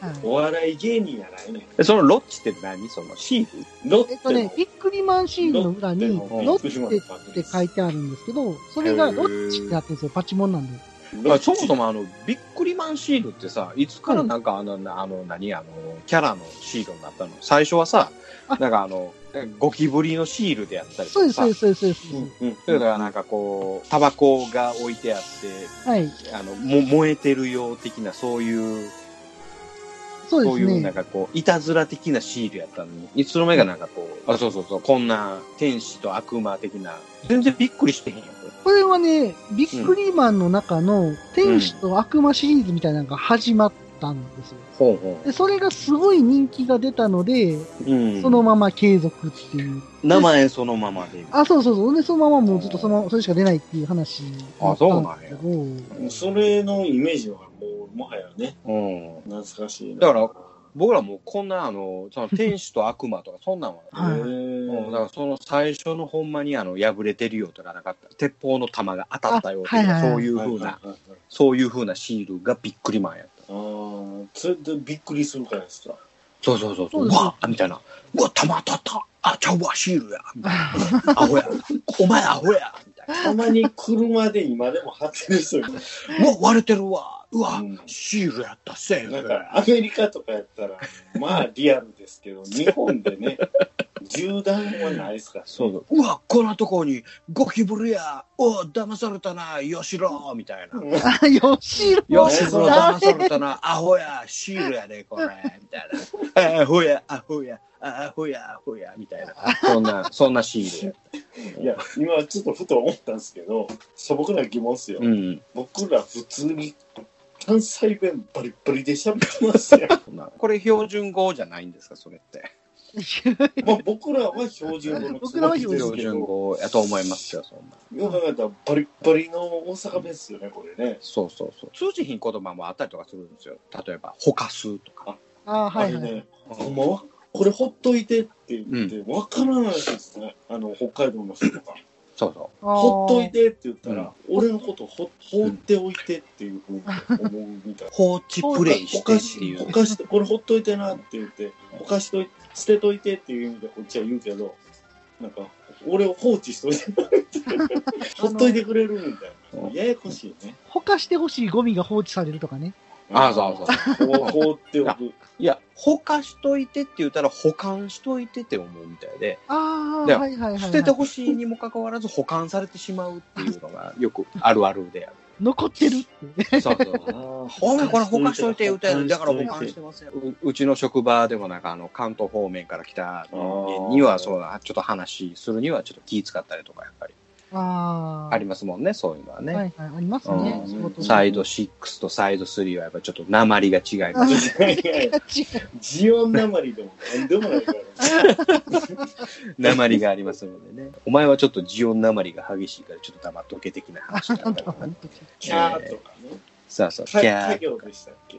Speaker 2: はい
Speaker 1: お笑い芸人やないね
Speaker 4: そのロッチって何そのシール
Speaker 1: ロッ
Speaker 2: え
Speaker 1: テ
Speaker 2: っとね、ビックリマンシールの裏に、ロ
Speaker 1: ロ
Speaker 2: ッ
Speaker 1: ッ
Speaker 2: テ
Speaker 1: テ
Speaker 2: って書いてあるんですけど、それがロッチってなってるんですよ。パチモンなんで。
Speaker 4: まあ、そもそ
Speaker 1: も
Speaker 4: もあの、ビックリマンシールってさ、いつからなんかあの、なあの、何、あの、キャラのシールになったの最初はさ、
Speaker 2: あ
Speaker 4: なんかあの、ゴキブリのシールでやったりと
Speaker 2: そう
Speaker 4: か
Speaker 2: です、
Speaker 4: さ
Speaker 2: そうで、す、そうですそうです。
Speaker 4: だからなんかこう、タバコが置いてあっ
Speaker 2: はい。
Speaker 4: て、あの、も燃えてるよう的な、そういう、
Speaker 2: そう
Speaker 4: そうい
Speaker 2: で
Speaker 4: う
Speaker 2: す
Speaker 4: なん
Speaker 2: ね。
Speaker 4: かこう、いたずら的なシールやったのに、いつの間にかなんかこう、あ、そうそうそう、こんな天使と悪魔的な、全然びっくりしてへんよ、これ。
Speaker 2: これはね、ビックリマンの中の天使と悪魔シリーズみたいなのが始まったんですよ。
Speaker 4: ほうほ
Speaker 2: で、それがすごい人気が出たので、
Speaker 4: う。うん。
Speaker 2: そのまま継続っていう。
Speaker 4: 名前そのままで。
Speaker 2: あ、そうそうそう。で、そのままもうずっとその、それしか出ないっていう話だったんですけ
Speaker 4: あ
Speaker 2: ど。
Speaker 1: それのイメージはもうもはやね
Speaker 4: うん。
Speaker 1: 懐かしいな
Speaker 4: だから僕らもこんなあのその天使と悪魔とかそんなんは、
Speaker 2: はい
Speaker 4: うんだ
Speaker 1: は
Speaker 4: からその最初のほんまにあの破れてるよとかなかった鉄砲の弾が当たったよとか、
Speaker 2: あはいはいはい
Speaker 4: そうい
Speaker 1: い
Speaker 4: うふうな、
Speaker 1: はいはい
Speaker 4: そういうふうなシールがびっくりマンやった
Speaker 1: あーそれでびっくりするからですか
Speaker 4: そうそうそう
Speaker 2: そ
Speaker 4: そう
Speaker 2: う
Speaker 4: う
Speaker 2: です
Speaker 4: わっみたいなうわ弾当たったあちゃうわシールやみたいなアホやお前アホやみたいな
Speaker 1: たまに車で今でも貼ってる人いる
Speaker 4: うわ割れてるわうわ、
Speaker 1: うん
Speaker 4: シールやったセーフ
Speaker 1: なんかアメリカとかやった らまあリアルですけど日本でね銃弾はないですから
Speaker 4: そうそううわこんなとこにゴキブリやおう騙されたなよしろみたいな
Speaker 2: あ、よしろ
Speaker 4: よし、その騙されたな、アホや、シールやで、これ、みたいな。アホや、アホや、アホや、アホや、みたいな。そんな、そんなシール
Speaker 1: いや今ちょっとふと思ったんですけど素朴な疑問ですよ、
Speaker 4: や。うん。
Speaker 1: 僕ら普通に関西弁バリバリで喋ってます よ
Speaker 4: そんなこれ、標準語じゃないんですか、それって。
Speaker 1: まあ僕らは標準語の
Speaker 2: 僕らは標
Speaker 4: 標準語やと思いますよ、そんな。
Speaker 1: よく考えたらバリバリの大阪弁ですよねこれね
Speaker 4: そうそうそう。通じひん言葉もあったりとかするんですよ。例えば、ほかすとか。
Speaker 2: あ、は
Speaker 1: あ
Speaker 2: い
Speaker 1: れ
Speaker 2: はい。
Speaker 1: ねほんまはこれほっといてって言って、
Speaker 4: う
Speaker 1: わからないですねあの北海道の人とか
Speaker 4: そうそ
Speaker 1: ほっとい
Speaker 2: て。
Speaker 1: てって言ったら、俺のことほ放っておいてっていうふうに思うみたいな
Speaker 4: う。。放置プレイ
Speaker 1: ほ
Speaker 4: して
Speaker 1: か
Speaker 4: って
Speaker 1: し
Speaker 4: い
Speaker 1: ほ
Speaker 4: う。
Speaker 1: かしてこれほっといてなって言ってほかしとい捨てといてっていう意味でこっちは言うけどなんか俺を放置しといて ほっといてくれるみたいなややこしいね
Speaker 2: ほかしてほしいゴミが放置されるとかね。
Speaker 4: あそう
Speaker 1: そう放っておく
Speaker 4: いや、ほかしといてって言ったら、保管しといてって思うみたいで。
Speaker 2: あ
Speaker 4: で
Speaker 2: あ、はいはいはいはい。
Speaker 4: 捨ててほしいにもかかわらず保管されてしまうっていうのがよくあるある であ
Speaker 2: 残ってるって。
Speaker 4: る。そうそうお前これ保管しといて言うたや
Speaker 1: 保
Speaker 4: ろだから保
Speaker 1: 管
Speaker 4: 管
Speaker 1: し
Speaker 4: し
Speaker 1: と
Speaker 4: てませんううちの職場でもなんかあの関東方面から来た人間に
Speaker 1: あー
Speaker 4: はそうだちょっと話するにはちょっと気使ったりとかやっぱり
Speaker 2: ああ。
Speaker 4: ありますもんねそういうのはね、
Speaker 2: はいはい、あります
Speaker 4: う
Speaker 2: ね。
Speaker 4: ん
Speaker 2: 仕事
Speaker 4: サイド6とサイド3はやっぱちょっと鉛が違います
Speaker 1: いやいやい やジオンなまりでも何でもない から
Speaker 4: 鉛がありますのでねお前はちょっとジオン鉛が激しいからちょっと黙っとけ的な話になったりとかね
Speaker 1: キャーとかね
Speaker 4: そうそう
Speaker 1: か
Speaker 4: キャー
Speaker 1: 家業でしたっけ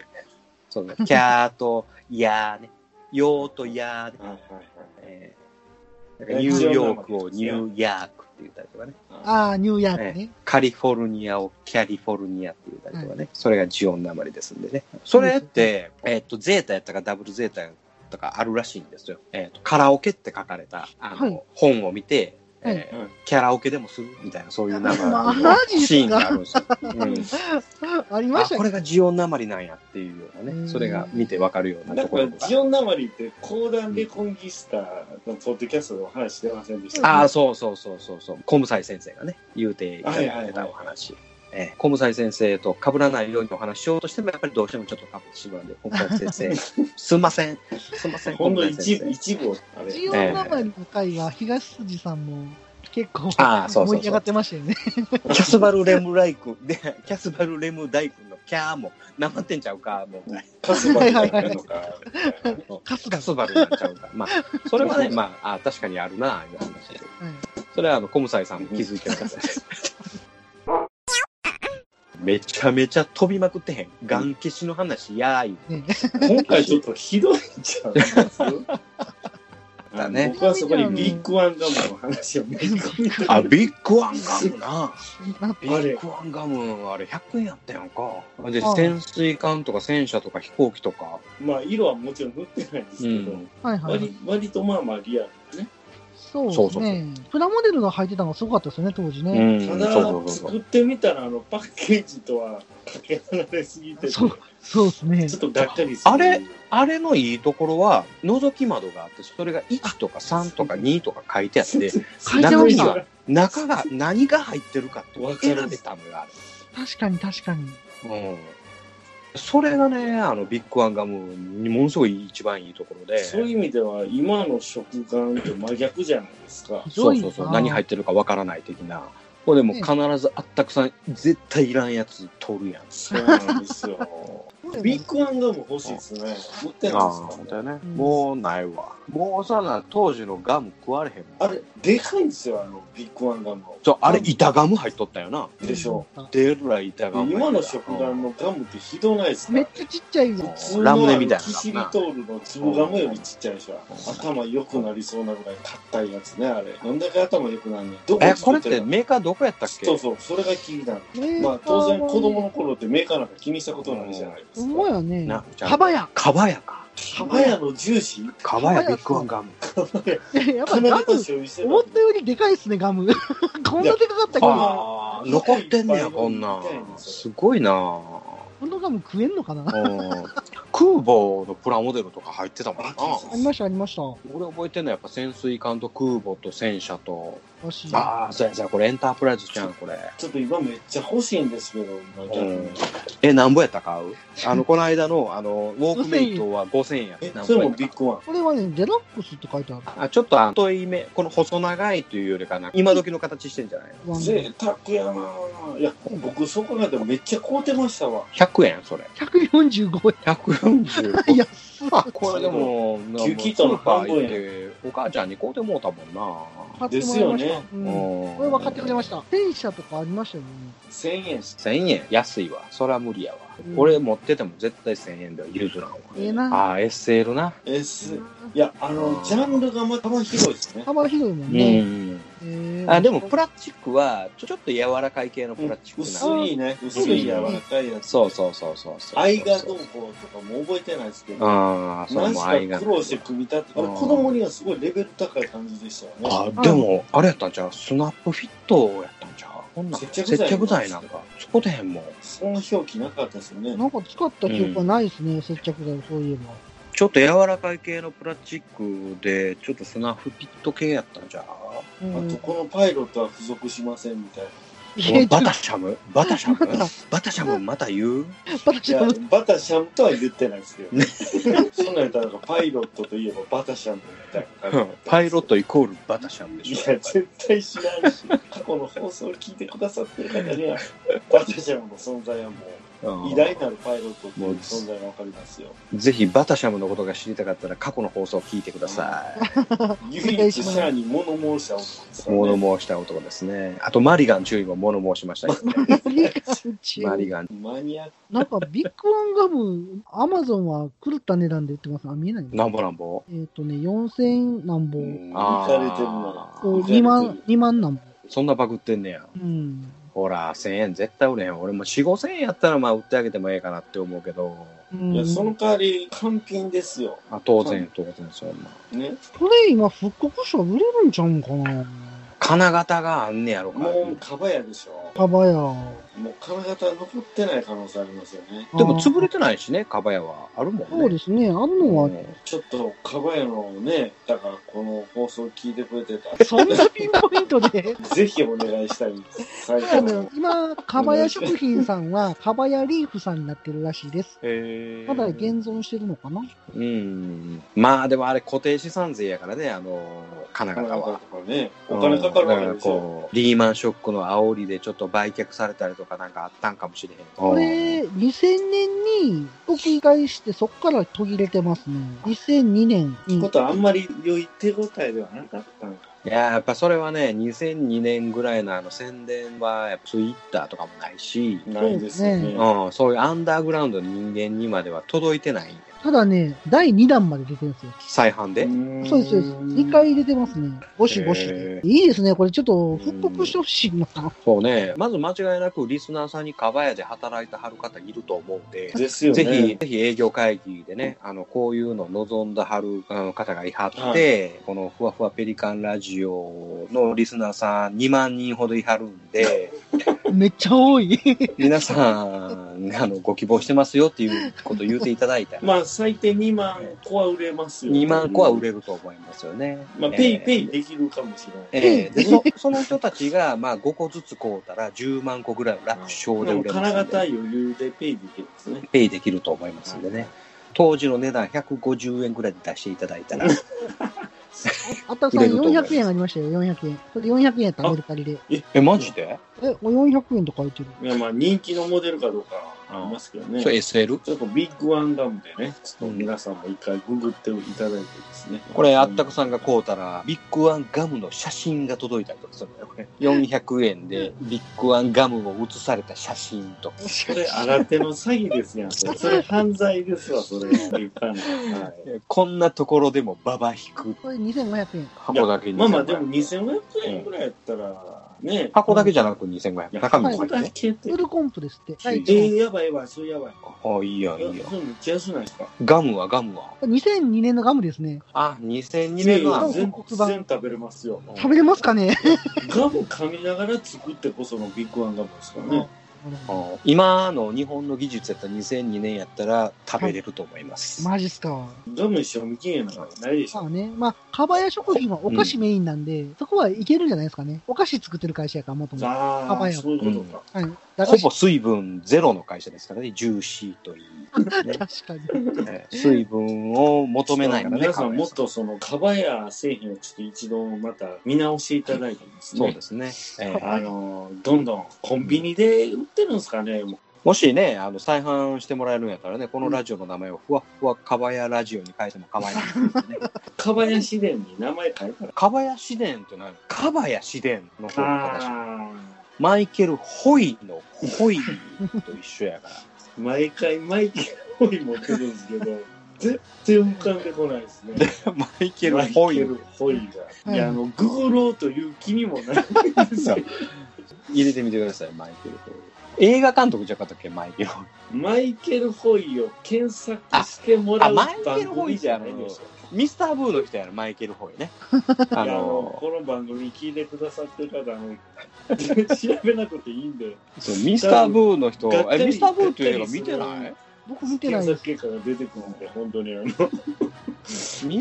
Speaker 4: そうね、キャーとヤーね。ヨーとヤーね。
Speaker 1: はいはいはい
Speaker 4: えーなんかニューヨークをニューヤークって言ったりとかね。
Speaker 2: ああ、ニューヤークね。
Speaker 4: カリフォルニアをキャリフォルニアって言ったりとかね。それがジオン鉛ですんでね。それって、えっと、ゼータやったかダブルゼータやったかあるらしいんですよ。えっと、カラオケって書かれた、あ
Speaker 2: はい
Speaker 4: の、本を見て、
Speaker 2: はい
Speaker 4: えー
Speaker 1: はい
Speaker 4: キャラオケでもするみたいな、そういう名前の
Speaker 2: マジですか
Speaker 4: シーンがあるんですよ。う ん
Speaker 2: ありま
Speaker 4: あ
Speaker 2: した
Speaker 4: こ
Speaker 2: ね。
Speaker 4: れがジオン鉛なんやっていうような
Speaker 2: う
Speaker 4: ね、
Speaker 2: ん
Speaker 4: それが見てわかるような
Speaker 1: な
Speaker 4: と
Speaker 1: ん
Speaker 4: ころ
Speaker 1: か
Speaker 4: が
Speaker 1: ジ。オンなまりって講談でコンギスタのポッドキャストでお話してませんでした
Speaker 4: ああ、そうそうそうそうそう、コムサイ先生がね、言うていただいたお話。ええ、コムサイ先生と被らないようにお話ししようとしても、やっぱりどうしてもちょっと被ってしまうんで、コムサイ先生、すんません、すんません、
Speaker 1: ほんの
Speaker 4: コムサイ
Speaker 1: 一
Speaker 4: 先生
Speaker 1: 部、一部をあれ。
Speaker 2: ジオンナマリの回は、東筋さんも結構
Speaker 4: ああそうそうそう
Speaker 2: 盛り上がってましたよね。
Speaker 4: キャスバルレムライク、で、キャスバルレム大君のキャーも、なまってんちゃうか、もう。
Speaker 1: カスバになるのか。
Speaker 4: カスバルになっちゃうか。まあ、それはね、まあ、あ確かにあるな、いう話で。それは、あの、コムサイさんも気づいてください。 めちゃめちゃ飛びまくってへん。ガン消しの話、やーい。
Speaker 1: 今回ちょっとひどいんちゃう
Speaker 4: だね
Speaker 1: 僕はそこにビッグワンガムの話を見込んで
Speaker 4: あ、ビッグワンガムな。
Speaker 2: なんか
Speaker 4: ビッグワンガムのあれ100円やったやんか。で、
Speaker 2: ああ
Speaker 4: 潜水艦とか戦車とか飛行機とか。
Speaker 1: まあ色はもちろん塗ってないんです
Speaker 4: う
Speaker 1: けど、
Speaker 4: ん。
Speaker 2: はいはい。
Speaker 1: 割割とまあまあリアルだね、
Speaker 2: そう
Speaker 4: そう
Speaker 2: です
Speaker 4: そう
Speaker 2: ね。プラモデルが入ってたのがすごかったですよね、当時
Speaker 4: う
Speaker 2: ね。
Speaker 4: ん。そ
Speaker 1: た
Speaker 4: う
Speaker 1: だ
Speaker 4: そうそうそ
Speaker 1: 作
Speaker 4: う。
Speaker 1: ってみたらあのパッケージとはかけ離れすぎててち
Speaker 2: そ
Speaker 1: ょ
Speaker 2: うそうですね。
Speaker 1: っとがっかりする
Speaker 4: あれあれのいいところは、覗き窓があって、それが1とか3とか2とか書いて あって、
Speaker 2: 書いてました
Speaker 4: 中身は中が何が入ってるかって
Speaker 1: わかる
Speaker 4: 選べたのよ、あ
Speaker 2: 確かに確かに。
Speaker 4: れ。うん。それがね、あの、ビッグワンガムにものすごい一番いいところで。
Speaker 1: そういう意味では今の食感と真逆じゃないですか
Speaker 2: ひ
Speaker 4: そ
Speaker 2: ど
Speaker 4: う
Speaker 2: い
Speaker 4: そ
Speaker 2: な
Speaker 4: うそう、何入ってるかわからない的な。これでも必ずあったくさん、絶対いらんやつ取るやん。
Speaker 1: そうなんです よビッグワンガム欲しいですね売ってないですか
Speaker 4: よね
Speaker 2: うん
Speaker 4: もうないわ。もうさな、当時のガム食われへん
Speaker 1: あ
Speaker 4: もん。
Speaker 1: れでかいんですよあのビッグワンガム
Speaker 4: そうあれ、板ガム入っとったよな。
Speaker 1: でしょ
Speaker 2: う。
Speaker 4: 出るら板ガム。
Speaker 1: 今の食感のガムってひどないですか
Speaker 2: めっちゃちっちゃいよ。
Speaker 1: 普通の
Speaker 4: ラムネみたいな
Speaker 1: キシリトールの粒ガムよりちっちゃいでしょ頭良くなりそうなぐらい硬いやつねあれなんだけ頭良くなるねんど
Speaker 4: え、これって
Speaker 1: 作
Speaker 4: メーカーどこやったっけ
Speaker 1: そうそうそれが気になる
Speaker 2: ね
Speaker 1: まあ当然子供の。頃ってメーカーなんか気にしたことないじゃないで
Speaker 2: ほ
Speaker 1: す
Speaker 2: ん
Speaker 1: か
Speaker 2: まやね
Speaker 4: な。
Speaker 2: 幅や。
Speaker 4: かばやか。
Speaker 1: かばやの重視
Speaker 4: かばや
Speaker 2: かばや
Speaker 4: ビッグワンガム。
Speaker 2: やっぱ
Speaker 1: か
Speaker 2: ガ
Speaker 1: なり
Speaker 2: ム、
Speaker 1: と所有して
Speaker 2: 思ったよりでかいっすね、ガム。 こんなでかかったガム。
Speaker 4: ああ、残ってんねや、こんなん。すごいな
Speaker 2: このガム食えんのかなあ
Speaker 4: うん空母のプラモデルとか入ってたもんな。
Speaker 1: あ
Speaker 2: りました、ありました。
Speaker 4: 俺覚えてるのはやっぱ潜水艦と空母と戦車と、
Speaker 2: よし。
Speaker 4: ああそうやそうやこれエンタープライズちゃんこれ
Speaker 1: ちょっと今めっちゃ欲しいんですけど今逆に
Speaker 4: えなんぼやったか買うあのこの間のあのウォークメイトは5000円や
Speaker 1: え
Speaker 4: なんぼ
Speaker 1: それ
Speaker 4: や
Speaker 1: も
Speaker 4: った
Speaker 1: ビッ
Speaker 4: か
Speaker 1: グワン
Speaker 2: これはね、デラックスって書いてある。
Speaker 4: あちょっとあの太い目この細長いというよりかな今時の形してんじゃないの
Speaker 2: ワン
Speaker 1: 贅沢やなぁいや僕そこらでめっちゃ買うてましたわ
Speaker 4: 100円それ
Speaker 2: 145円。
Speaker 4: 145
Speaker 2: 安
Speaker 4: あこれでも
Speaker 1: キュキットの半分や
Speaker 4: スーパー行ってお母ちゃんに買うてもうたもんな
Speaker 2: 買ってもらいま
Speaker 1: です
Speaker 2: した。
Speaker 1: よね
Speaker 2: うん
Speaker 4: こ
Speaker 2: これは買ってくれました。戦車とかありましたよね。
Speaker 1: 1000円し
Speaker 4: 1000円安いわそりゃ無理やわ、
Speaker 2: うん
Speaker 4: 俺持ってても絶対1000円では譲らんわ
Speaker 2: ええな。
Speaker 4: ああ SL な
Speaker 1: S いや、あの、ジャンルがまた広いですね。
Speaker 2: 幅広いもん
Speaker 4: う
Speaker 2: ね。
Speaker 4: ん
Speaker 2: えー
Speaker 4: あでもプラスチックはちょちょっと柔らかい系のプラスチック
Speaker 1: 薄
Speaker 4: な、
Speaker 1: いね、薄い柔らかいやつ。
Speaker 4: そうそうそうそうそう
Speaker 1: アイガどうこうとかも覚えてないですけど、
Speaker 4: ああそれ
Speaker 1: 何
Speaker 4: もアイ
Speaker 1: し
Speaker 4: ガ
Speaker 1: か苦労して組み立て、あれ
Speaker 4: うん
Speaker 1: 子供にはすごいレベル高い感じでしたよ
Speaker 4: あ
Speaker 1: ね。
Speaker 4: でもあれやったんちゃうスナップフィットやったんちゃうこんなん
Speaker 1: 接着剤
Speaker 4: 接着剤なんか使ってへんもん
Speaker 1: そんな表記なかったですよね。
Speaker 2: なんか使った記憶はないですね、接着剤、そういえば。
Speaker 4: ちょっと柔らかい系のプラスチックでちょっとスナップフィット系やったんちゃう
Speaker 2: う
Speaker 1: あ
Speaker 2: ん
Speaker 1: と、このパイロットは付属しませんみたいな。
Speaker 2: い
Speaker 4: お
Speaker 2: や
Speaker 4: 前
Speaker 2: ちょっと
Speaker 4: バタシャムバタシャム
Speaker 2: バタ
Speaker 4: バタシャムまた言う
Speaker 2: バタ
Speaker 1: い
Speaker 2: ち
Speaker 1: や
Speaker 2: ゃん、
Speaker 1: バタシャムとは言ってないですけ ど、そんなんやったらなんかパイロットといえばバタシャムみたいな感じ。
Speaker 4: パイロットイコールバタシャムで
Speaker 1: い
Speaker 4: しょ
Speaker 1: や、絶対知らんし、過去の放送を聞いてくださってる方には、バタシャムの存在はも
Speaker 4: うん
Speaker 1: う、偉大なるパイロットっていう存在がわかりますよ。
Speaker 4: ぜひバタシャムのことが知りたかったら過去の放送を聞いてくださ
Speaker 1: 唯一シャアに物申した男です
Speaker 4: い。
Speaker 1: からね
Speaker 4: 物申した男ですね。あとマリガン注意も物申しました、ね。マリガン。
Speaker 1: マニアック
Speaker 2: なんかビッグワンガム、アマゾンは狂った値段で売ってます。あ、見えない
Speaker 4: なんぼなんぼ。
Speaker 2: えっ、とね、4000何本。
Speaker 1: に
Speaker 4: あ
Speaker 1: 行か
Speaker 4: ー
Speaker 1: れてるな。
Speaker 2: こう
Speaker 1: 見
Speaker 2: 2
Speaker 1: られて
Speaker 2: 万
Speaker 1: る、
Speaker 2: 2万何本。
Speaker 4: そんなバグってんねや。
Speaker 2: うん。
Speaker 4: ほら、1000円絶対売れへん。俺も4、5000円やったらまあ売ってあげてもええかなって思うけど。
Speaker 2: うん
Speaker 1: いや、その代わり、完品ですよ。
Speaker 4: あ当然、当然、そんな。
Speaker 1: ね。
Speaker 2: これ今、復刻したら売れるんちゃうんかな
Speaker 4: 金型があんねやろか。
Speaker 1: もう、カバヤでしょ。
Speaker 2: 幅や。
Speaker 1: もう、金型残ってない可能性ありますよね。
Speaker 4: でも潰れ
Speaker 2: あ
Speaker 4: てないしね、カバヤは。あるもんね。
Speaker 2: ーそうですね。あるのは、
Speaker 4: ね
Speaker 1: ちょっと、カバヤのね、だから、この放送を聞いてくれてた。
Speaker 2: そんなピンポイントで。
Speaker 1: ぜひお願いしたいんです。最後
Speaker 2: あの
Speaker 1: の。
Speaker 2: 今、かばや食品さんは、かばやリーフさんになってるらしいです。
Speaker 4: え
Speaker 2: まだ現存してるのかな
Speaker 4: うん。まあでもあれ固定資産税やからね、あの、金
Speaker 1: 金
Speaker 4: 型は
Speaker 1: 型。とかね、お金かかるわけでし
Speaker 4: うん
Speaker 1: ょ。
Speaker 4: だらこうリーマンショックの煽りでちょっと売却されたりとかなんかあったんかもしれへん。
Speaker 2: これ、2000年に時返して、そこから途切れてますね。2002年
Speaker 1: って
Speaker 2: に
Speaker 1: こ。とはあんまり良い手応えではなかったんか。
Speaker 4: いやーやっぱそれはね2002年ぐらいのあの宣伝はやっぱツイッターとかもないし、
Speaker 1: ないですよね。
Speaker 4: うん、そういうアンダーグラウンドの人間にまでは届いてないんや
Speaker 2: ただね、第2弾まで出てるんですよ。
Speaker 4: 再販で、
Speaker 1: ん
Speaker 2: そうです、そうです。2。回出てますね。ゴシゴシ
Speaker 4: へ
Speaker 2: で。
Speaker 4: ー
Speaker 2: いいですね。これちょっと復刻してほしいな。
Speaker 4: そうねまず間違いなくリスナーさんにカバヤで働いてはる方いると思うんで
Speaker 1: ですよね。
Speaker 4: ぜひ、ぜひ営業会議でね、あの、こういうのを望んだはるあの方がいはって、
Speaker 1: は
Speaker 4: このふわふわペリカンラジオのリスナーさん2万人ほどいはるん で、
Speaker 2: めっちゃ多い。
Speaker 4: 皆さん、あの、ご希望してますよっていうことを言っていただいたら、
Speaker 1: まあ、最低2万個は売れますよ。
Speaker 4: 2万個は
Speaker 1: れ
Speaker 4: 売れると思いますよね。
Speaker 1: まあ、ペイペイできるかもしれない。
Speaker 4: ええでそその人たちが、まあ、5個ずつ買うたら10万個ぐらい楽勝で売れますんで
Speaker 1: 金型余裕でペイできるんですね。
Speaker 4: ペイできると思いますんでね。当時の値段150円ぐらいで出していただい たら、
Speaker 2: あったくさ
Speaker 4: 売れ
Speaker 2: ん
Speaker 4: ると思います
Speaker 2: 400円ありましたよ、400円。これ400円やったらメルカリで。
Speaker 4: え、マジで
Speaker 2: え、お400円と書いてる。
Speaker 1: いや、まあ、人気のモデルかどうかありますけどね。
Speaker 4: それ
Speaker 1: ち
Speaker 4: SL?
Speaker 1: ょっとビッグワンダムでね、ちょっと皆さんも一回ググっていただいてですね。
Speaker 4: これ、あったくさんがこうたら、ビッグワンガムの写真が届いたりとかするんだよ、これ。400円で、ビッグワンガムを写された写真とか。
Speaker 1: それ、新手の詐欺ですやん。 それ、それ犯罪ですわ、それ。一般のはい
Speaker 4: こんなところでもババ引く。
Speaker 2: これ2500円。
Speaker 4: 箱だけに。
Speaker 1: まあまあ、でも2500円ぐらいやったら、ね。
Speaker 4: 箱だけじゃなく2500
Speaker 1: いや
Speaker 4: 円。中身も
Speaker 1: 箱
Speaker 4: 入って
Speaker 1: だ
Speaker 4: ね。
Speaker 1: けって
Speaker 2: フ。ルコンプですって。
Speaker 1: え
Speaker 2: 第1
Speaker 1: ー、やばいやばい、それやばい。
Speaker 4: ああ、いいやん、いいやん。
Speaker 1: そうめっちゃ安ないですか。
Speaker 4: ガムはガムは。
Speaker 2: 本。2002年のガムですね。
Speaker 4: あ、2002
Speaker 1: い
Speaker 4: 年
Speaker 1: やいや
Speaker 4: の
Speaker 2: ね
Speaker 1: 全全食べれますよ。
Speaker 2: 食べれますかね
Speaker 1: ガム噛みながら作ってこそのビッグワンガムですからね。
Speaker 4: うん今の日本の技術やったら2002年やったら食べれると思います。
Speaker 2: マジっすか。
Speaker 1: ガム賞味期限なんかないでし
Speaker 2: ま
Speaker 1: ょ。
Speaker 2: あね、まあ、かばや食品はお菓子メインなんで、そこはいけるんじゃないですかね。お菓子作ってる会社やから、もともと。は
Speaker 1: あ
Speaker 2: パパ
Speaker 1: あ、
Speaker 2: や
Speaker 1: そういうことか。
Speaker 2: い。だか
Speaker 4: ほ
Speaker 2: ら
Speaker 4: ぼ水分ゼロの会社ですからね、ジューシーといい。
Speaker 2: 確かに。
Speaker 4: えー水分を求めないからね。
Speaker 1: 皆さんもっ
Speaker 4: カバ
Speaker 1: とそのカバヤ製品をちょっと一度また見直していただいてです
Speaker 4: ヤそう
Speaker 1: ね
Speaker 4: で。すね。えー
Speaker 1: あのどんどんコンビニで売ってるんですかね。も
Speaker 4: もしね、あの、再販してもらえるんやったらね、このラジオの名前をふわっふわかばやラジオに変えても構いませんのでね。
Speaker 1: うカバヤ市電に名前変えたら。
Speaker 4: かばや紫伝って何かばや紫伝の方が正しい。
Speaker 1: あ
Speaker 4: マイケル・ホイのホイと一緒やから。
Speaker 1: あ、毎回毎回多い持ってるんです けど、絶対浮かんでこないですね。
Speaker 4: マイケル・ホ
Speaker 1: マ
Speaker 4: イ
Speaker 1: イケルホイが。
Speaker 2: はい
Speaker 1: いや、あの、ググろうという気にもならないですよ。
Speaker 4: 入れてみてください、マイケル・ホイ。映画監督じゃなかったっけ、マイケル・ホイ。
Speaker 1: マイケル・ホイを検索してもらう
Speaker 4: ああマイケルホイじゃ
Speaker 1: 番
Speaker 4: ない
Speaker 1: 組
Speaker 4: の
Speaker 1: でしょ
Speaker 4: ミスター・ブーの人やろ、マイケル・ホイね。あ
Speaker 1: いやあの
Speaker 4: の、
Speaker 1: この番組聞いてくださってる方あ の調べなくていいんで
Speaker 4: そうミスター・ブーの人
Speaker 1: がっ、かり
Speaker 4: え、ミスター・ブーっていう映画見てない
Speaker 2: 僕見てない
Speaker 1: 検
Speaker 2: です
Speaker 1: 索。結果が出てくるんで本当にあの
Speaker 4: ミ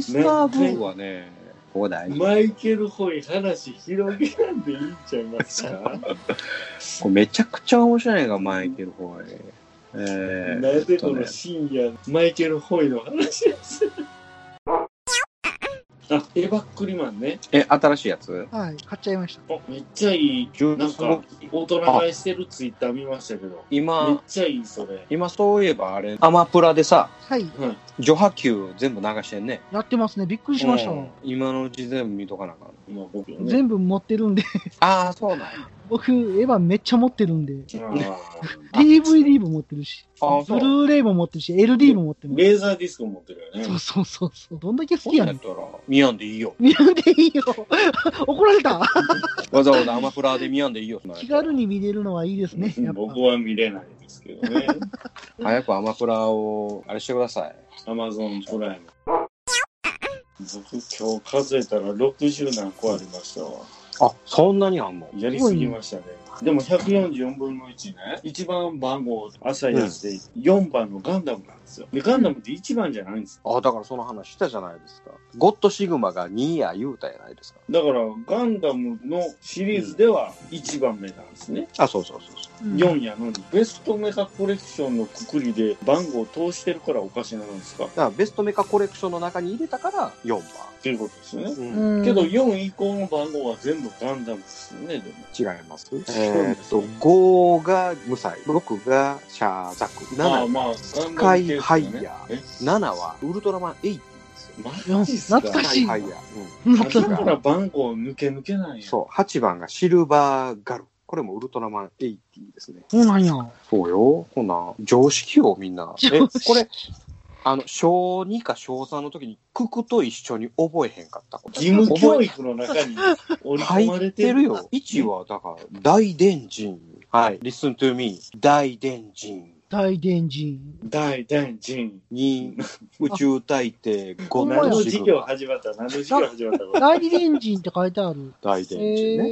Speaker 4: スター・ブーはね、ここだい
Speaker 1: マイケル・ホイ話広げなんでいいんちゃいますか
Speaker 4: これめちゃくちゃ面白い映画、マイケル・ホイ。えー
Speaker 1: なぜ
Speaker 4: えっと
Speaker 1: こ
Speaker 4: ね
Speaker 1: の深夜マイケル・ホイの話をするあエヴァ・クリマンね
Speaker 4: え、新しいやつ
Speaker 2: はい。買っちゃいました。
Speaker 1: あめっちゃいいなんか大人買いしてるツイッター見ましたけどめっ
Speaker 4: 今、
Speaker 1: ちゃいいそれ
Speaker 4: 今そういえばあれ、アマプラでさ、
Speaker 2: はい。
Speaker 1: はい
Speaker 4: 除波球全部流してんね。
Speaker 2: やってますね。びっくりしました。
Speaker 4: うん今のうち全部見とかなあかん。
Speaker 1: まあ僕ね
Speaker 2: 全部持ってるんで、
Speaker 4: ああ、そうなんや
Speaker 2: 僕、エヴァめっちゃ持ってるんで、
Speaker 1: あー
Speaker 2: DVD も持ってるし、ブ
Speaker 4: あそう
Speaker 2: ルーレイも持ってるし、LD も持ってます。
Speaker 1: レーザーディスク持ってるよね
Speaker 2: そうそうそうそう。どんだけ好
Speaker 4: そ
Speaker 2: き
Speaker 4: う
Speaker 2: やね
Speaker 4: やっ
Speaker 2: ん。
Speaker 4: たら、見やんでいいよ。
Speaker 2: 見らんでいいよ。 怒られた。
Speaker 4: わざ わざアマプラで見やんでいいよ。
Speaker 2: 気軽に見れるのはいいですね。やっぱ
Speaker 1: 僕は見れないですけど ね。
Speaker 4: 早くアマプラを、あれしてください。
Speaker 1: アマゾンプライム。僕今日数えたら60何個ありましたわ。
Speaker 4: あ、そんなにあんの
Speaker 1: やりすぎましたね。でも144分の1ね。一番番号朝やつで4番のガンダムなんですよ。で、ガンダムって1番じゃないんですよ。
Speaker 4: あ、だからその話したじゃないですか。ゴッドシグマが2位や言うたやないですか。
Speaker 1: だからガンダムのシリーズでは1番目なんですね。
Speaker 4: あ、そうそうそうそう。
Speaker 2: うん
Speaker 1: 4やのに。ベストメカコレクションのくくりで番号を通してるからおかしなるんですかっ
Speaker 4: だからベストメカコレクションの中に入れたから4番。
Speaker 1: ていうことですよね。
Speaker 4: うん
Speaker 2: うん
Speaker 1: けど4以降の番号は全部ガンダムですよね、でも。
Speaker 4: 違います。え
Speaker 1: え
Speaker 4: ー
Speaker 1: ー
Speaker 4: っ
Speaker 1: っ
Speaker 4: と、
Speaker 1: と
Speaker 4: 5が無才、6がシャーザク、
Speaker 1: まあ
Speaker 4: 7、
Speaker 1: まあ、ガン
Speaker 4: ス
Speaker 1: ダ
Speaker 4: カ
Speaker 1: ム系
Speaker 4: イ
Speaker 1: です
Speaker 4: ハ
Speaker 1: よ
Speaker 4: イ
Speaker 1: ね
Speaker 4: ヤー、7はウルトラマン8ですよ。
Speaker 1: マジっすか
Speaker 2: 懐かしい
Speaker 4: ハイハイヤ
Speaker 1: あ
Speaker 4: しい
Speaker 1: だから番号抜け抜けなん
Speaker 4: うん
Speaker 1: や。
Speaker 4: そう、8番がシルバーガル。これもウルトラマン80ですね。
Speaker 2: そうなんや。
Speaker 4: そうよ。こんなん、常識よ、みんな。え、
Speaker 2: 常識
Speaker 4: これ、あの、小2か小3の時に、ククと一緒に覚えへんかったこと。
Speaker 1: 義務教育の中に織り込ま
Speaker 4: 入
Speaker 1: れ
Speaker 4: って
Speaker 1: て
Speaker 4: る
Speaker 1: る。
Speaker 4: よ。1は、だから、大電人。はい。listen to me. 大電人。
Speaker 2: 大電人。
Speaker 1: 大大臣。
Speaker 4: 2、宇宙大帝、
Speaker 2: ほ
Speaker 4: 5
Speaker 2: んま
Speaker 1: 何
Speaker 2: や
Speaker 1: の
Speaker 4: の
Speaker 1: 授
Speaker 4: シ
Speaker 1: 業
Speaker 4: グマ。
Speaker 1: 始まった何の授業始まった
Speaker 2: 大電人って書いてある。
Speaker 4: 大
Speaker 2: え
Speaker 4: 電人ね。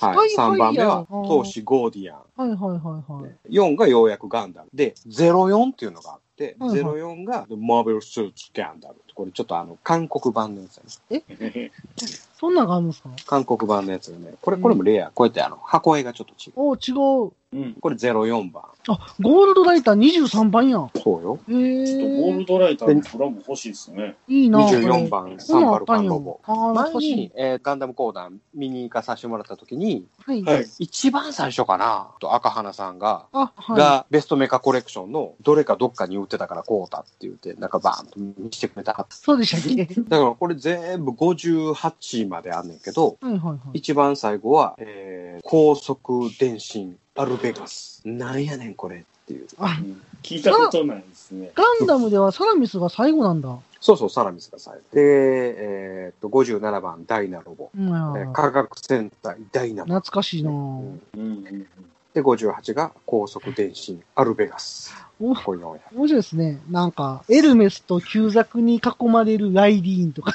Speaker 2: ー
Speaker 4: はい。
Speaker 2: ハイハイヤー
Speaker 4: 3番目は、
Speaker 2: うん
Speaker 4: 投資ゴーディアン。
Speaker 2: はいはいはいはい。
Speaker 4: 4がようやくガンダムで04っていうのがあって、
Speaker 2: はいはい
Speaker 4: 04がマーベル・スーツ・ガンダムこれちょっとあの韓国版のやつやね
Speaker 1: ね。
Speaker 2: そんなんがあるんですか
Speaker 4: 韓国版のやつがねこれこれもレア、こうやってあの箱絵がちょっと違う
Speaker 2: お違う。
Speaker 1: うん。
Speaker 4: これ04番
Speaker 2: あ、ゴールドライター23番やん。
Speaker 4: そうよ
Speaker 2: え
Speaker 1: ちょっと
Speaker 2: ー
Speaker 1: ゴールドライターのコラボ欲しいですね。
Speaker 2: いいな。
Speaker 4: 24番サンバルカンロボ
Speaker 2: ああ、
Speaker 4: 前
Speaker 2: 懐かしい
Speaker 4: に、。えーガンダム講談見に行かさせてもらった時に
Speaker 2: はい。
Speaker 1: はい。
Speaker 4: 一番最初かなと赤花さんが
Speaker 2: あ、はい。
Speaker 4: が、ベストメカコレクションのどれかどっかに売ってたからこうだって言って、なんかバーンと見せてくれたはず。
Speaker 2: そうでしたっけ
Speaker 4: だからこれ全部58まであんねんけど、
Speaker 2: はいはいはい。
Speaker 4: 一番最後は、えー高速電信アルベガス。なんやねんこれっていう。
Speaker 2: あ、
Speaker 1: 聞いたことないですね。
Speaker 2: ガンダムではサラミスが最後なんだ。
Speaker 4: そうそう、サラミスが最後。で、えーっと、57番、ダイナロボ。
Speaker 2: うん
Speaker 4: え
Speaker 2: や
Speaker 4: ー。科学戦隊ダイナモ。
Speaker 2: 懐かしいな
Speaker 4: うん
Speaker 2: 面
Speaker 1: うんうんうん。
Speaker 4: で、58が高速電信アルベガス。
Speaker 2: お
Speaker 4: こういうのをやる
Speaker 2: 白いですね。なんか、エルメスと旧ザクに囲まれるライディーンとか、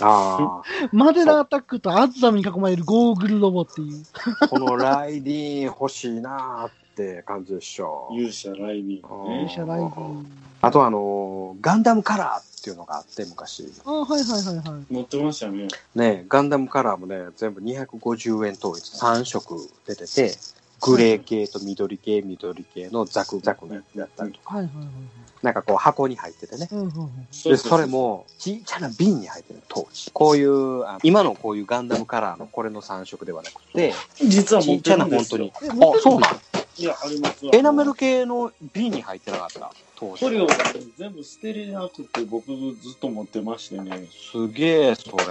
Speaker 4: あ
Speaker 2: マデラアタックとアズザムに囲まれるゴーグルロボっていう。
Speaker 4: あ、このライディーン欲しいなーって感じでしょ。
Speaker 1: 勇者ライビー
Speaker 4: うん
Speaker 2: 電
Speaker 1: ね。
Speaker 2: 車ライディーン。
Speaker 4: あとあのーガンダムカラーっていうのがあって、昔。
Speaker 2: あ、はいはいはいはい。
Speaker 1: 乗ってましたね。
Speaker 4: ね、ガンダムカラーもね、全部250円統一、3色出てて、グレー系と緑系、緑系のザクザクのやつだったりとか、
Speaker 2: はいはいはいはい。
Speaker 4: なんかこう箱に入っててね。
Speaker 2: うんうんうん。
Speaker 1: そ
Speaker 4: で、それ。も、ちっちゃな瓶に入ってる当時。こういう、あ今のこういうガンダムカラーのこれの3色ではなくて、
Speaker 1: 実は
Speaker 4: ち
Speaker 1: 持っ
Speaker 4: っちゃ
Speaker 1: て
Speaker 4: な
Speaker 1: るんで
Speaker 4: 本
Speaker 1: す
Speaker 4: 当に
Speaker 1: よ。。
Speaker 2: え、
Speaker 4: あ、そうなの
Speaker 1: いや、ありますわ
Speaker 4: エナメル系の瓶に入ってなかった、当
Speaker 1: これ
Speaker 4: 時。
Speaker 1: を全部捨てれなくて、僕ずっと持ってましてね。
Speaker 4: すげえ、それ。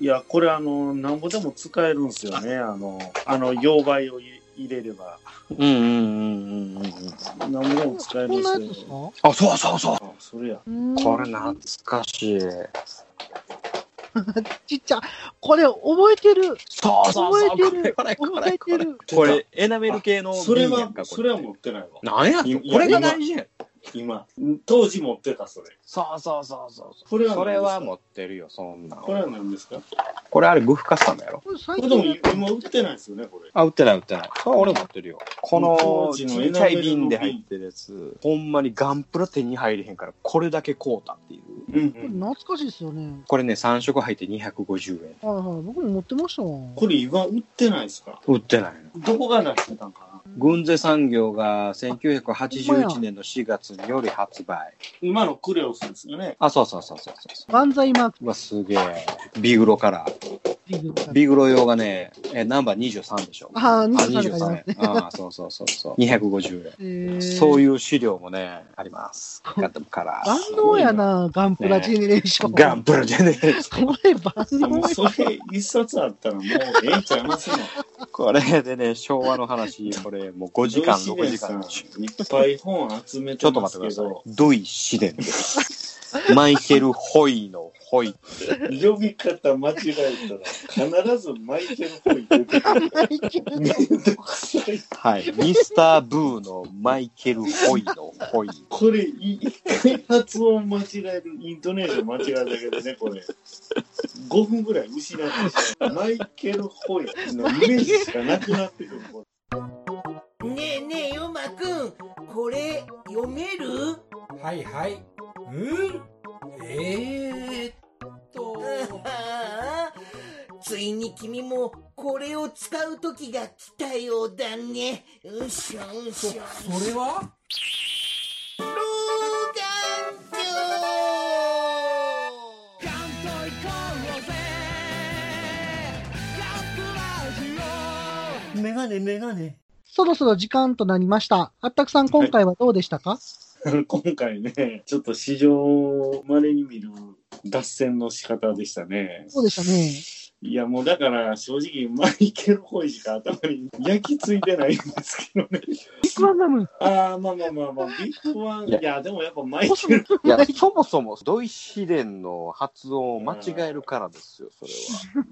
Speaker 1: いや、これあの、なんぼでも使えるんですよね。あの、あの、溶媒を入れれば、
Speaker 4: うんうんうんうんうん。
Speaker 1: なんぼでも使える
Speaker 2: こ
Speaker 1: ん
Speaker 2: んなやつで
Speaker 1: です
Speaker 2: すか
Speaker 1: よ。
Speaker 4: あ、そうそうそう。
Speaker 1: あ、それや。
Speaker 4: こ
Speaker 2: こ
Speaker 4: れ懐かしい。
Speaker 2: ちっちゃ。これ覚えてる。
Speaker 4: そうそうそう。
Speaker 2: 覚えてる
Speaker 4: これ、これ、こ
Speaker 2: 覚
Speaker 4: れ
Speaker 2: え。てる。
Speaker 4: これ、エナメル系の
Speaker 1: それ
Speaker 4: 瓶や
Speaker 1: は
Speaker 4: んか、、こ
Speaker 1: それは持ってないわ。
Speaker 4: なんや
Speaker 1: いや
Speaker 4: これが大事やん。
Speaker 1: 今。当時持ってた、それ。
Speaker 4: そうそうそうそう。
Speaker 1: これは
Speaker 4: それは持ってるよ、そんなん。
Speaker 1: これは何ですか
Speaker 4: これあれ、グフカスタムやろ
Speaker 2: これ最
Speaker 1: こ
Speaker 2: 近
Speaker 1: れでも今売ってないですよね、これ。
Speaker 4: あ、売ってない、売ってない。それ俺持ってるよ。こ
Speaker 1: 当
Speaker 4: の、ち
Speaker 1: 時の
Speaker 4: っ
Speaker 1: エ
Speaker 4: ち
Speaker 1: ナ
Speaker 4: ゃ
Speaker 1: メルの
Speaker 4: い
Speaker 1: 瓶
Speaker 4: 瓶で入ってるやつ、ほんまにガンプラ手に入れへんから、これだけ買うたっていう。
Speaker 1: うん、
Speaker 2: これ懐かしいですよね。
Speaker 4: これね、3色入って250円。
Speaker 2: はいはい。僕も持ってましたわ。
Speaker 1: これ今売ってないですか
Speaker 4: 売ってないの。
Speaker 1: どこが出してたんかな
Speaker 4: 軍勢産業が1981年の4月により発売。
Speaker 1: 今のクレオスですよね。
Speaker 4: あ、そうそうそうそうそうそう。
Speaker 2: 万歳マーク
Speaker 4: うわ、すげえ。ビグロカラー。
Speaker 2: ビグ。
Speaker 4: ビグロ用がね、えナンバー23でしょ。
Speaker 2: ああ、
Speaker 4: あ、
Speaker 2: 23で書いて
Speaker 4: 23
Speaker 2: ます
Speaker 4: 円。ああ、そうそうそうそう。250
Speaker 2: えー
Speaker 4: 円。そう
Speaker 2: う。
Speaker 4: いう資料もね、あります。ガンダムカラ
Speaker 2: 万
Speaker 4: ー。
Speaker 2: 能やな、ガンプラジェネレーション。
Speaker 4: ガンプラジェネレーシ
Speaker 2: これ万
Speaker 1: もう
Speaker 2: 能
Speaker 1: そ
Speaker 2: や。
Speaker 1: れ一冊あったらもうええんちゃいますの。
Speaker 4: ョン。これでね、昭和の話、これもう5時間、6時間。ち
Speaker 1: いっぱい本集め
Speaker 4: ょ
Speaker 1: て
Speaker 4: っと
Speaker 1: ま
Speaker 4: 待
Speaker 1: す
Speaker 4: って
Speaker 1: け
Speaker 4: ください
Speaker 1: ど。、
Speaker 4: ドイ・シデンです。マイケル・ホイのホイ。
Speaker 1: 呼び方間違えたら必ずマイケル・ホイ出てくる。めんどくさい。
Speaker 4: はい。ミスター・ブーのマイケル・ホイのホイ。
Speaker 1: これい一回発音間違える、イントネーション間違えるだけでね、これ。5分ぐらい失ってしまう。マイケル・ホイのイメージしかなくなってくる。これ
Speaker 3: ねえねえ、ヨマくん、これ、読める
Speaker 5: はいはい。うんえー、っと。
Speaker 3: ああついに君も、これを使う時が来たようだね。うしょう
Speaker 5: そ、
Speaker 3: しょ
Speaker 5: それは
Speaker 3: 老眼鏡メガネメガネ。
Speaker 2: そろそろ時間となりました。あったくさん、今回はどうでしたか
Speaker 1: 今回ね、ちょっと史上稀に見る脱線の仕方でしたね。
Speaker 2: そうでしたね。
Speaker 1: いや、もうだから、正直、マイケル・ホイしか頭に焼き付いてないんですけどね。
Speaker 2: ビッグガンダム、
Speaker 1: ああ、まあまあまあまあ、ビッグワン、
Speaker 4: い
Speaker 1: い
Speaker 4: や
Speaker 1: や、でもやっぱマイ
Speaker 2: コ
Speaker 1: ケ
Speaker 2: ス
Speaker 1: ル
Speaker 2: モ、
Speaker 4: いや、そもそもドイシレンの発音を間違えるからですよ、そ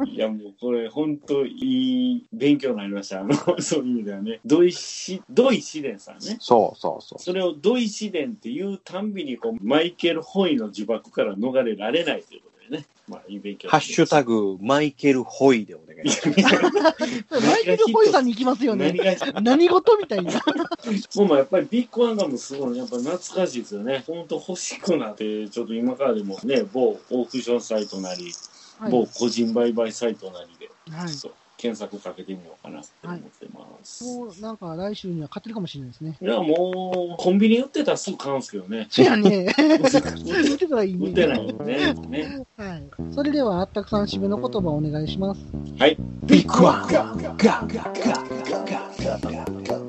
Speaker 4: れ
Speaker 1: いやもうこれ本当いい勉強になりました。あの、 そういう意味ではね。ドイシ、ドイシデンさんね
Speaker 4: は。。そうそうそう。
Speaker 1: それをドイシデンっていうたんびにこう、マイケル・ホイの呪縛から逃れられないということでね。まあいい勉強になりました
Speaker 4: ハッシュタグ、マイケル・ホイでお願いします。
Speaker 2: マイケル・ホイさんに行きますよね
Speaker 1: 何。が
Speaker 2: 何事みたいな。
Speaker 1: もうまあやっぱりビッグワンダムすごいやっぱ懐かしいですよね。本当欲しくなって、ちょっと今からでもね、某オークションサイトなり、
Speaker 2: はい
Speaker 1: 某個人売買サイトなりで、
Speaker 2: はい
Speaker 1: ちょっと検索かけてみようかなって思ってます。
Speaker 2: もうなんか来週には勝てるかもしれないですね。
Speaker 1: いや、もう、コンビニ売ってたらすぐ買うんですけど ね。
Speaker 2: そやね。売ってたらいい
Speaker 1: 売って
Speaker 2: ね。
Speaker 1: ないんでね。ね
Speaker 2: はい。それでは、あったくさん締めの言葉をお願いします。
Speaker 1: はい。
Speaker 4: ビッグワン
Speaker 1: ガンガンガンガンガンガンガンガンガン